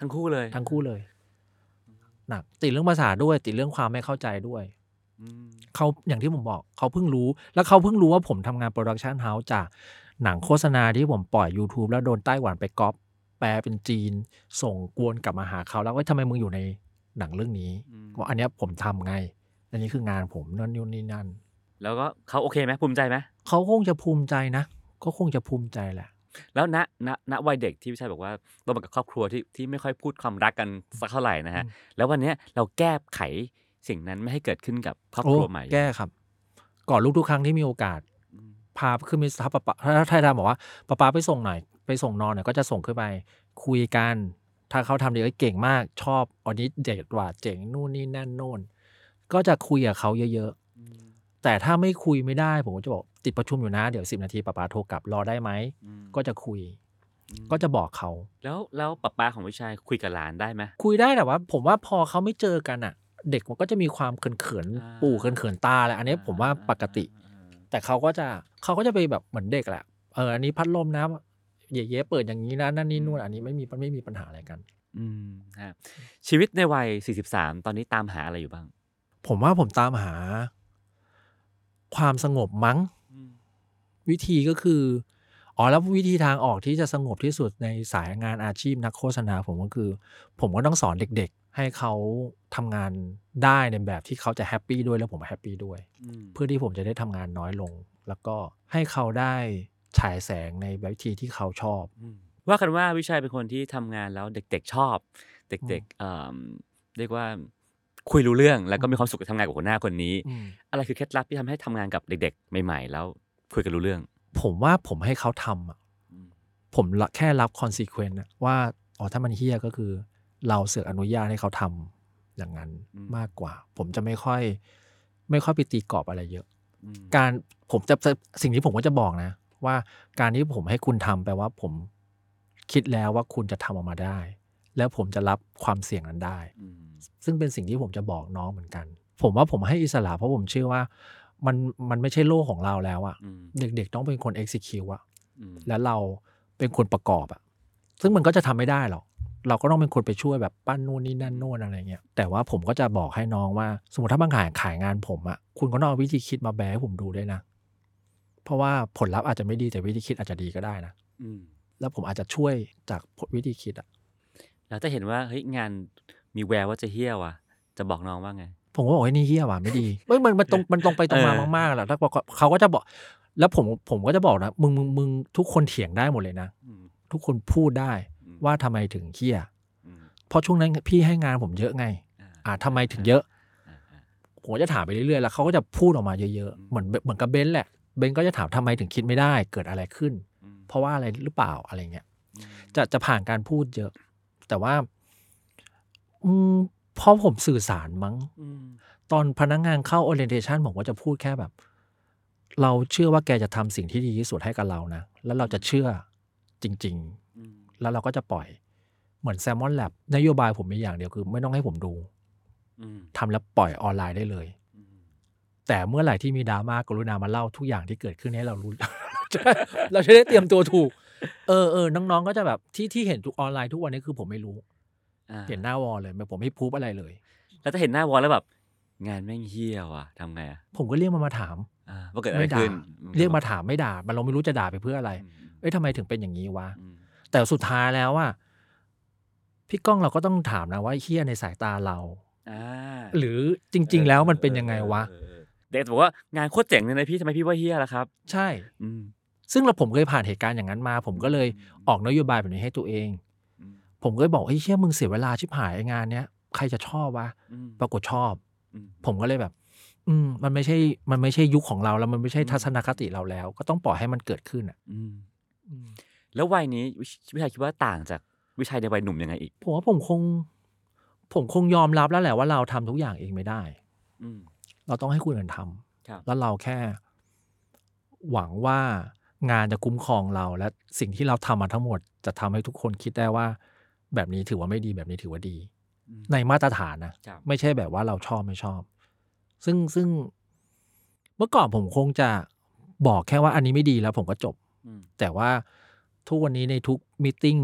Speaker 3: ทั้งคู่เลย
Speaker 1: ทั้งคู่เลย หนัก ติดเรื่องภาษาด้วย ติดเรื่องความไม่เข้าใจด้วย
Speaker 3: อืม
Speaker 1: เขาอย่างที่ผมบอกเขาเพิ่งรู้ แล้วเขาเพิ่งรู้ว่าผมทำงานโปรดักชันเฮาส์จากหนังโฆษณาที่ผมปล่อย YouTube แล้วโดนไต้หวันไปก๊อปแปลเป็นจีน ส่งกวนกลับมาหาเขาแล้วว่าทำไมมึงอยู่ในหนังเรื่องนี้
Speaker 3: อืม
Speaker 1: บอกอันเนี้ยผมทำไง อันนี้คืองานผมนั่นนู่นนี่นั่น
Speaker 3: แล้วก็เขาโอเคไหมภูมิใจไหม
Speaker 1: เขาคงจะภูมิใจนะ ก็คงจะภูมิใจแหละ
Speaker 3: แล้วณณณวัยเด็กที่พี่ชายบอกว่าโตมากับครอบครัวที่ที่ไม่ค่อยพูดความรักกันสักเท่าไหร่นะฮะ
Speaker 1: อืม
Speaker 3: แล้ววันเนี้ยเราแก้ไขสิ่งนั้นไม่ให้เกิดขึ้นกับครอบครัวใหม่
Speaker 1: แก้ครับ ก่อนลูกทุกครั้งที่มีโอกาส
Speaker 3: อืม
Speaker 1: พาขึ้นไปถ้าปะปะถ้าไทยดาบอกว่าปะปาไปส่งหน่อย ไปส่งนอนหน่อยก็จะส่งขึ้นไป คุยกัน ถ้าเขาทำดีเอ้ยเก่งมาก ชอบอันนี้เด็ดว่าเจ๋งนู่นนี่นั่นโน่น ก็จะคุยกับเขาเยอะ
Speaker 3: อืม
Speaker 1: ๆ แต่ถ้าไม่คุยไม่ได้ ผมก็จะบอกติดประชุมอยู่นะ เดี๋ยว 10 นาทีปะปาโทรกลับรอได้ไหม
Speaker 3: อืม
Speaker 1: ก็จะคุย
Speaker 3: อืม
Speaker 1: ก็จะบอกเขา
Speaker 3: แล้วแล้วป้าป้าของวิชัยคุยกับหลานได้ไหม
Speaker 1: คุยได้แต่ว่า ผมว่าพอเขาไม่เจอกันอ่ะ เด็กมันก็จะมีความเขิน
Speaker 3: อ่า
Speaker 1: ๆปู่เขินๆตาแหละอันนี้ผมว่าปกติ
Speaker 3: อ่า
Speaker 1: แต่เขาก็จะเขาก็จะไปแบบเหมือนเด็กแหละ เอออันนี้พัดลมนะเย่ๆเปิดอย่างนี้นะนั่นนี่นู่นอันนี้ไม่มีไม่มีปัญหาอะไรกัน
Speaker 3: อืมฮะชีวิตในวัย 43 ตอนนี้ตามหาอะไรอยู่บ้าง
Speaker 1: ผมว่าผมตามหา ความสงบมั้ง วิธีก็คืออ๋อแล้ววิธีทางออกที่จะสงบที่สุดในสายงานอาชีพนักโฆษณาผมก็คือ ผมก็ต้องสอนเด็กๆ ให้เขาทำงานได้ในแบบที่เขาจะแฮปปี้ด้วยแล้วผมแฮปปี้ด้วย เพื่อที่ผมจะได้ทำงานน้อยลง แล้วก็ให้เขาได้ฉายแสงในแบบวิธีที่เขาชอบ
Speaker 3: ว่ากันว่าวิชัยเป็นคนที่ทำงานแล้วเด็กๆชอบ เด็กๆเอ่อเรียกว่าคุยรู้เรื่องแล้วก็มีความสุขกับทำงานกับหัวหน้าคนนี้ อะไรคือเคล็ดลับที่ทำให้ทำงานกับเด็ก ๆ ใหม่ ๆ แล้วคุยกันรู้เรื่อง
Speaker 1: ผมว่าผมให้เขาทำอะผมละแค่รับคอนซีเควนต์ว่าอ๋อถ้ามันเฮี้ยก็คือ เราเสือกอนุญาตให้เขาทำอย่างนั้น
Speaker 3: อืม
Speaker 1: มากกว่า ผมจะไม่ค่อย ไม่ค่อยไปตีกรอบอะไรเยอะ
Speaker 3: อืม
Speaker 1: การผมจะสิ่งที่ผมก็จะบอกนะ ว่าการที่ผมให้คุณทำแปลว่าผมคิดแล้วว่าคุณจะทำออกมาได้ แล้วผมจะรับความเสี่ยงนั้นได้
Speaker 3: อืม
Speaker 1: ซึ่งเป็นสิ่งที่ผมจะบอกน้องเหมือนกัน ผมว่าผมให้อิสระเพราะผมเชื่อว่ามันมันไม่ใช่โลกของเราแล้วอะ
Speaker 3: อืม
Speaker 1: เด็กๆต้องเป็นคน execute อะ
Speaker 3: อืม
Speaker 1: แล้วเราเป็นคนประกอบอะซึ่งมันก็จะทำไม่ได้หรอก เราก็ต้องเป็นคนไปช่วยแบบปั้นนู่นนี่นั่นโน่นอะไรเงี้ย แต่ว่าผมก็จะบอกให้น้องว่า สมมติถ้าบางขายขายงานผมอะคุณก็ต้องเอาวิธีคิดมาแบร์ให้ผมดูด้วยนะ เพราะว่าผลลัพธ์อาจจะไม่ดีแต่วิธีคิดอาจจะดีก็ได้นะ
Speaker 3: อืม
Speaker 1: แล้วผมอาจจะช่วยจากวิธีคิดอะ
Speaker 3: แล้วถ้าเห็นว่าเฮ้ยงานมีแววว่าจะเฮี้ยว่ะ จะบอกน้องว่าไง
Speaker 1: ผมก็บอกว่านี่เฮี้ยว่ะไม่ดี เฮ้ยมันมันตรงมันตรงไปตรงมา
Speaker 3: เออ
Speaker 1: มากๆแหละแล้วเขาก็จะบอก แล้วผมผมก็จะบอกนะมึงมึงมึงทุกคนเถียงได้หมดเลยนะ
Speaker 3: อืม
Speaker 1: ทุกคนพูดได้
Speaker 3: อืม
Speaker 1: ว่าทำไมถึงเฮีย
Speaker 3: อืม
Speaker 1: เพราะช่วงนั้นพี่ให้งานผมเยอะไง อ่าทำไมถึงเยอะ
Speaker 3: อ่าอ่า
Speaker 1: ผมก็จะถามไปเรื่อยๆ แล้วเขาก็จะพูดออกมาเยอะ
Speaker 3: อืม
Speaker 1: ๆ เหมือนเหมือนกับเบนซ์แหละ เบนซ์ก็จะถามทำไมถึงคิดไม่ได้ เกิดอะไรขึ้น
Speaker 3: อืม
Speaker 1: เพราะว่าอะไรหรือเปล่าอะไรเงี้ย
Speaker 3: อืม
Speaker 1: จะจะผ่านการพูดเยอะ แต่ว่า อืมเพราะผมสื่อสารมั้ง
Speaker 3: อืม
Speaker 1: ตอนพนักงานเข้า orientation ผมก็จะพูดแค่แบบ เราเชื่อว่าแกจะทำสิ่งที่ดีที่สุดให้กับเรานะ แล้วเราจะเชื่อจริง ๆ
Speaker 3: อืม
Speaker 1: แล้วเราก็จะปล่อยเหมือนแซลมอนแลบนโยบายผมมีอย่างเดียวคือ ไม่ต้องให้ผมดู
Speaker 3: อืม
Speaker 1: ทำแล้วปล่อยออนไลน์ได้เลย
Speaker 3: อืม
Speaker 1: แต่เมื่อไหร่ที่มีดราม่ากรุณามาเล่าทุกอย่างที่เกิดขึ้นให้เรารู้ <laughs> เราจะได้เตรียมตัวถูก เออเออน้องๆก็จะแบบที่ที่เห็นทุกออนไลน์ทุกวันนี้คือผมไม่รู้
Speaker 3: อ่า
Speaker 1: เห็นหน้าวอลเลยไม่ผมไม่พูดอะไรเลย
Speaker 3: แล้วถ้าเห็นหน้าวอลแล้วแบบ งานแม่งเฮี้ยว่ะทำไงอ่ะ
Speaker 1: ผมก็เรียกมันมาถาม
Speaker 3: อ่าว่าเกิดอะไร
Speaker 1: ไม่ด่า
Speaker 3: ขึ้น
Speaker 1: เรียกมาถามไม่ด่า มันเราไม่รู้จะด่าไปเพื่ออะไร
Speaker 3: อืม
Speaker 1: เอ้ยทำไมถึงเป็นอย่างนี้วะ
Speaker 3: อืม
Speaker 1: แต่สุดท้ายแล้วว่าพี่ก้องเราก็ต้องถามนะว่าเฮี้ยในสายตาเรา
Speaker 3: อ่า
Speaker 1: หรือจริง ๆ แล้วมันเป็นยังไงวะ
Speaker 3: เออเออเออเด็กบอกว่างานโคตรเจ๋งเลยนะพี่ทำไมพี่ว่าเฮี้ยล่ะครับ
Speaker 1: ใช่
Speaker 3: อืม
Speaker 1: ซึ่งเราผมเคยผ่านเหตุการณ์อย่างนั้นมา ผมก็เลยออกนโยบายแบบนี้ให้ตัวเอง
Speaker 3: อืม
Speaker 1: ผมก็เลยบอกไอ้ยเชี่ยมึงเสียเวลาชิบหายไอ้งานเนี้ยใครจะชอบวะ
Speaker 3: อืม
Speaker 1: ปรากฏชอบ
Speaker 3: อืม
Speaker 1: ผมก็เลยแบบ อืม มันไม่ใช่ มันไม่ใช่ยุคของเราแล้วมันไม่ใช่
Speaker 3: อืม
Speaker 1: ทัศนคติเราแล้ว ก็ต้องปล่อยให้มันเกิดขึ้นอ่ะ
Speaker 3: อืมแล้ววัยนี้วิชวิชัยคิดว่าต่างจากวิชัยในวัยหนุ่มยังไงอีก
Speaker 1: ผมว่าผมคง ผมคงยอมรับแล้วแหละว่าเราทำทุกอย่างเองไม่ได้
Speaker 3: อืม
Speaker 1: เราต้องให้คนอื่นทำ
Speaker 3: ครับ
Speaker 1: แล้วเราแค่ หวังว่างานจะคุ้มครองเราและสิ่งที่เราทำมาทั้งหมด จะทำให้ทุกคนคิดได้ว่า แบบนี้ถือว่าไม่ดีแบบนี้ถือว่าดี
Speaker 3: อืม
Speaker 1: ในมาตรฐานนะ
Speaker 3: ครับ
Speaker 1: ไม่ใช่แบบว่าเราชอบไม่ชอบ ซึ่งซึ่ง เมื่อก่อนผมคงจะบอกแค่ว่าอันนี้ไม่ดีแล้วผมก็จบ
Speaker 3: อืม
Speaker 1: แต่ว่าทุกวันนี้ในทุกมตติ팅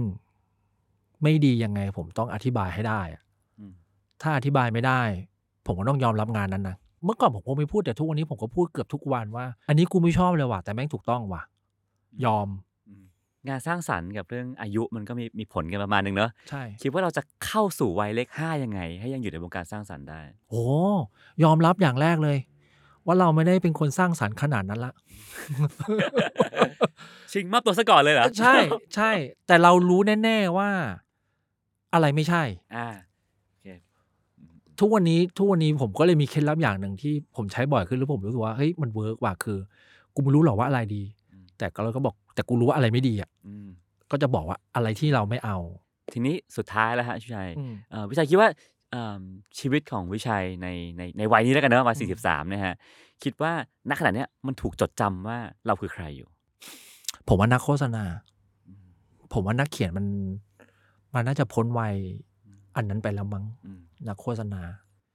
Speaker 1: ไม่ดียังไง ผมต้องอธิบายให้ได้อะ
Speaker 3: อืม
Speaker 1: ถ้าอธิบายไม่ได้ ผมก็ต้องยอมรับงานนั้นนะเมื่อก่อนผมคงไม่พูดแต่ทุกวันนี้ผมก็พูดเกือบทุกวันว่า อันนี้กูไม่ชอบเลยว่ะแต่แม่งถูกต้องว่ะ ยอม
Speaker 3: อืมงานสร้างสรรค์กับเรื่องอายุมันก็มีมีผลกันประมาณหนึ่งเนอะ
Speaker 1: ใช่
Speaker 3: คิดว่าเราจะเข้าสู่วัยเลขห้ายังไง ให้ยังอยู่ในวงการสร้างสรรค์ได้
Speaker 1: โอ้ยอมรับอย่างแรกเลย ว่าเราไม่ได้เป็นคนสร้างสรรค์ขนาดนั้นละ
Speaker 3: ชิงมอบตัวซะก่อนเลยเหรอ
Speaker 1: ใช่ใช่ แต่เรารู้แน่ ๆว่าอะไรไม่ใช่
Speaker 3: อ่าโอเค
Speaker 1: ทุกวันนี้ทุกวันนี้ผมก็เลยมีเคล็ดลับอย่างหนึ่งที่ผมใช้บ่อยขึ้นแล้วผมรู้สึกว่าเฮ้ยมันเวิร์กว่ะคือ กูไม่รู้หรอกว่าอะไรดี แต่ก็เราก็บอกแต่กูรู้ว่าอะไรไม่ดีอ่ะ
Speaker 3: อืม
Speaker 1: ก็จะบอกว่าอะไรที่เราไม่เอา
Speaker 3: ทีนี้สุดท้ายแล้วฮะพี่ชัย
Speaker 1: อืม
Speaker 3: เอ่อวิชัยคิดว่าเอิ่มชีวิตของวิชัยในในในวัยนี้แล้วกันเนอะวัย
Speaker 1: อืม
Speaker 3: สี่สิบสามเนี่ยฮะคิดว่าณขณะเนี้ยมันถูกจดจำว่าเราคือใครอยู่
Speaker 1: ผมว่านักโฆษณา ผมว่านักเขียนมัน มันน่าจะพ้นวัยอันนั้นไปแล้วมั้ง
Speaker 3: อืม
Speaker 1: นักโฆษณา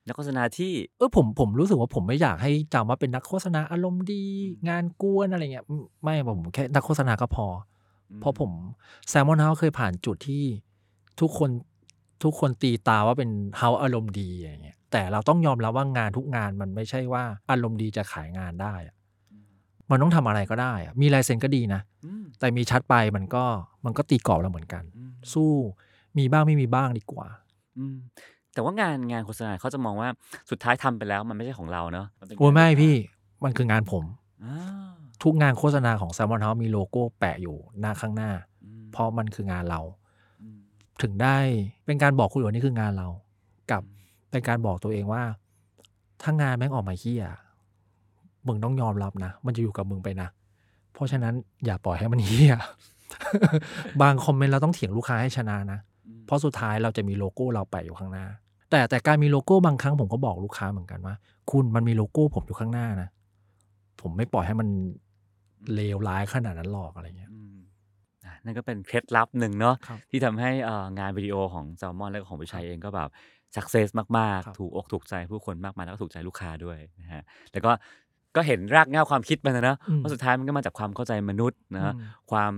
Speaker 3: นักโฆษณาที่
Speaker 1: เออผมผมรู้สึกว่าผมไม่อยากให้จำว่าเป็นนักโฆษณาอารมณ์ดี
Speaker 3: อืม
Speaker 1: งานกวนอะไรเงี้ยอืมไม่ผมแค่นักโฆษณาก็พอ
Speaker 3: อื
Speaker 1: เพราะผมแซมมอนเฮาเคยผ่านจุดที่ทุกคนทุกคนตีตาว่าเป็นเฮาอารมณ์ดีอย่างเงี้ยแต่เราต้องยอมรับว่างานทุกงานมันไม่ใช่ว่าอารมณ์ดีจะขายงานได้อะมันต้องทำอะไรก็ได้อะมีลายเซ็นก็ดีนะ
Speaker 3: อืม
Speaker 1: แต่มีชัดไปมันก็มันก็ตีกรอบเราเหมือนกัน
Speaker 3: อืม
Speaker 1: สู้มีบ้างไม่มีบ้างดีกว่า
Speaker 3: อืมแต่ว่างานงานโฆษณาเขาจะมองว่าสุดท้ายทำไปแล้วมันไม่ใช่ของเราเนอะนเป็น
Speaker 1: โอ้ย
Speaker 3: งาน
Speaker 1: ไม่พี่มันคืองานผม
Speaker 3: อ่า
Speaker 1: ทุกงานโฆษณาของแซมมอนเฮามีโลโก้แปะอยู่หน้าข้างหน้า
Speaker 3: อืม
Speaker 1: เพราะมันคืองานเรา
Speaker 3: อืม
Speaker 1: ถึงได้เป็นการบอกคุณว่านี่คืองานเรา กับเป็นการบอกตัวเองว่า ถ้างานแม่งออกมาเฮี้ยมึงต้องยอมรับนะ มันจะอยู่กับมึงไปนะ เพราะฉะนั้นอย่าปล่อยให้มันเฮี้ย <laughs> บางคอมเมนต์เราต้องเถียงลูกค้าให้ชนะนะ
Speaker 3: อืม
Speaker 1: เพราะสุดท้ายเราจะมีโลโก้เราไปอยู่ข้างหน้า แต่แต่การมีโลโก้บางครั้งผมก็บอกลูกค้าเหมือนกันว่า คุณมันมีโลโก้ผมอยู่ข้างหน้านะ ผมไม่ปล่อยให้มันเลวร้ายขนาดนั้นหรอกอะไรเงี้ย
Speaker 3: อืมอ่ะนั่นก็เป็นเคล็ดลับหนึ่งเนอะ
Speaker 1: ครับ
Speaker 3: ที่ทำให้เอ่องานวิดีโอของแซลมอนและของวิชัยเองก็แบบสักเซสมาก
Speaker 1: ครับ
Speaker 3: ๆ ถูกอกถูกใจผู้คนมากมายแล้วก็ถูกใจลูกค้าด้วยนะฮะแล้วก็ก็เห็นรากเหง้าความคิดมันนะเนอะ
Speaker 1: อืม
Speaker 3: ว่าสุดท้ายมันก็มาจากความเข้าใจมนุษย์นะความ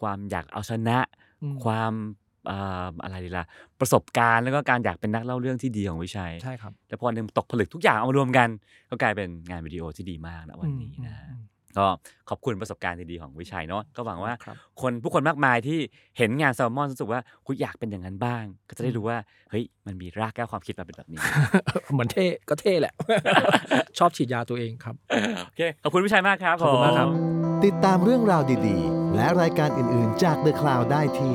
Speaker 3: ความอยากเอาชนะ
Speaker 1: อืม
Speaker 3: ความเอ่ออะไรดีล่ะประสบการณ์แล้วก็การอยากเป็นนักเล่าเรื่องที่ดีของวิชัย
Speaker 1: ใช่ครับ
Speaker 3: แต่พอหนึ่งตกผลึกทุกอย่างเอามารวมกัน ก็กลายเป็นงานวิดีโอที่ดีมากนะวันนี้นะฮะ
Speaker 1: อืม
Speaker 3: ก็ขอบคุณประสบการณ์ดีๆของวิชัยเนาะก็หวังว่า
Speaker 1: ครับ
Speaker 3: คนผู้คนมากมายที่เห็นงานแซลมอนรู้สึกว่าคุณอยากเป็นอย่างนั้นบ้าง ก็จะได้รู้ว่า เฮ้ย มันมีรากแก้วความคิดมาเป็นแบบนี้ <laughs>
Speaker 1: เหมือนเท่ก็เท่แหละ <laughs> ชอบฉีดยาตัวเองครับ
Speaker 3: โอเค ขอบคุณพี่ชัยมากครับ
Speaker 1: ขอบคุณมากครับ
Speaker 3: ผ
Speaker 2: ติดตามเรื่องราวดีๆ และรายการอื่น ๆ จาก The Cloud ได้ที่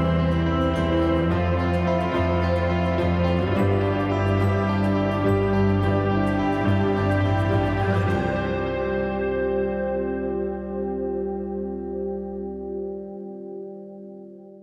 Speaker 2: ๆ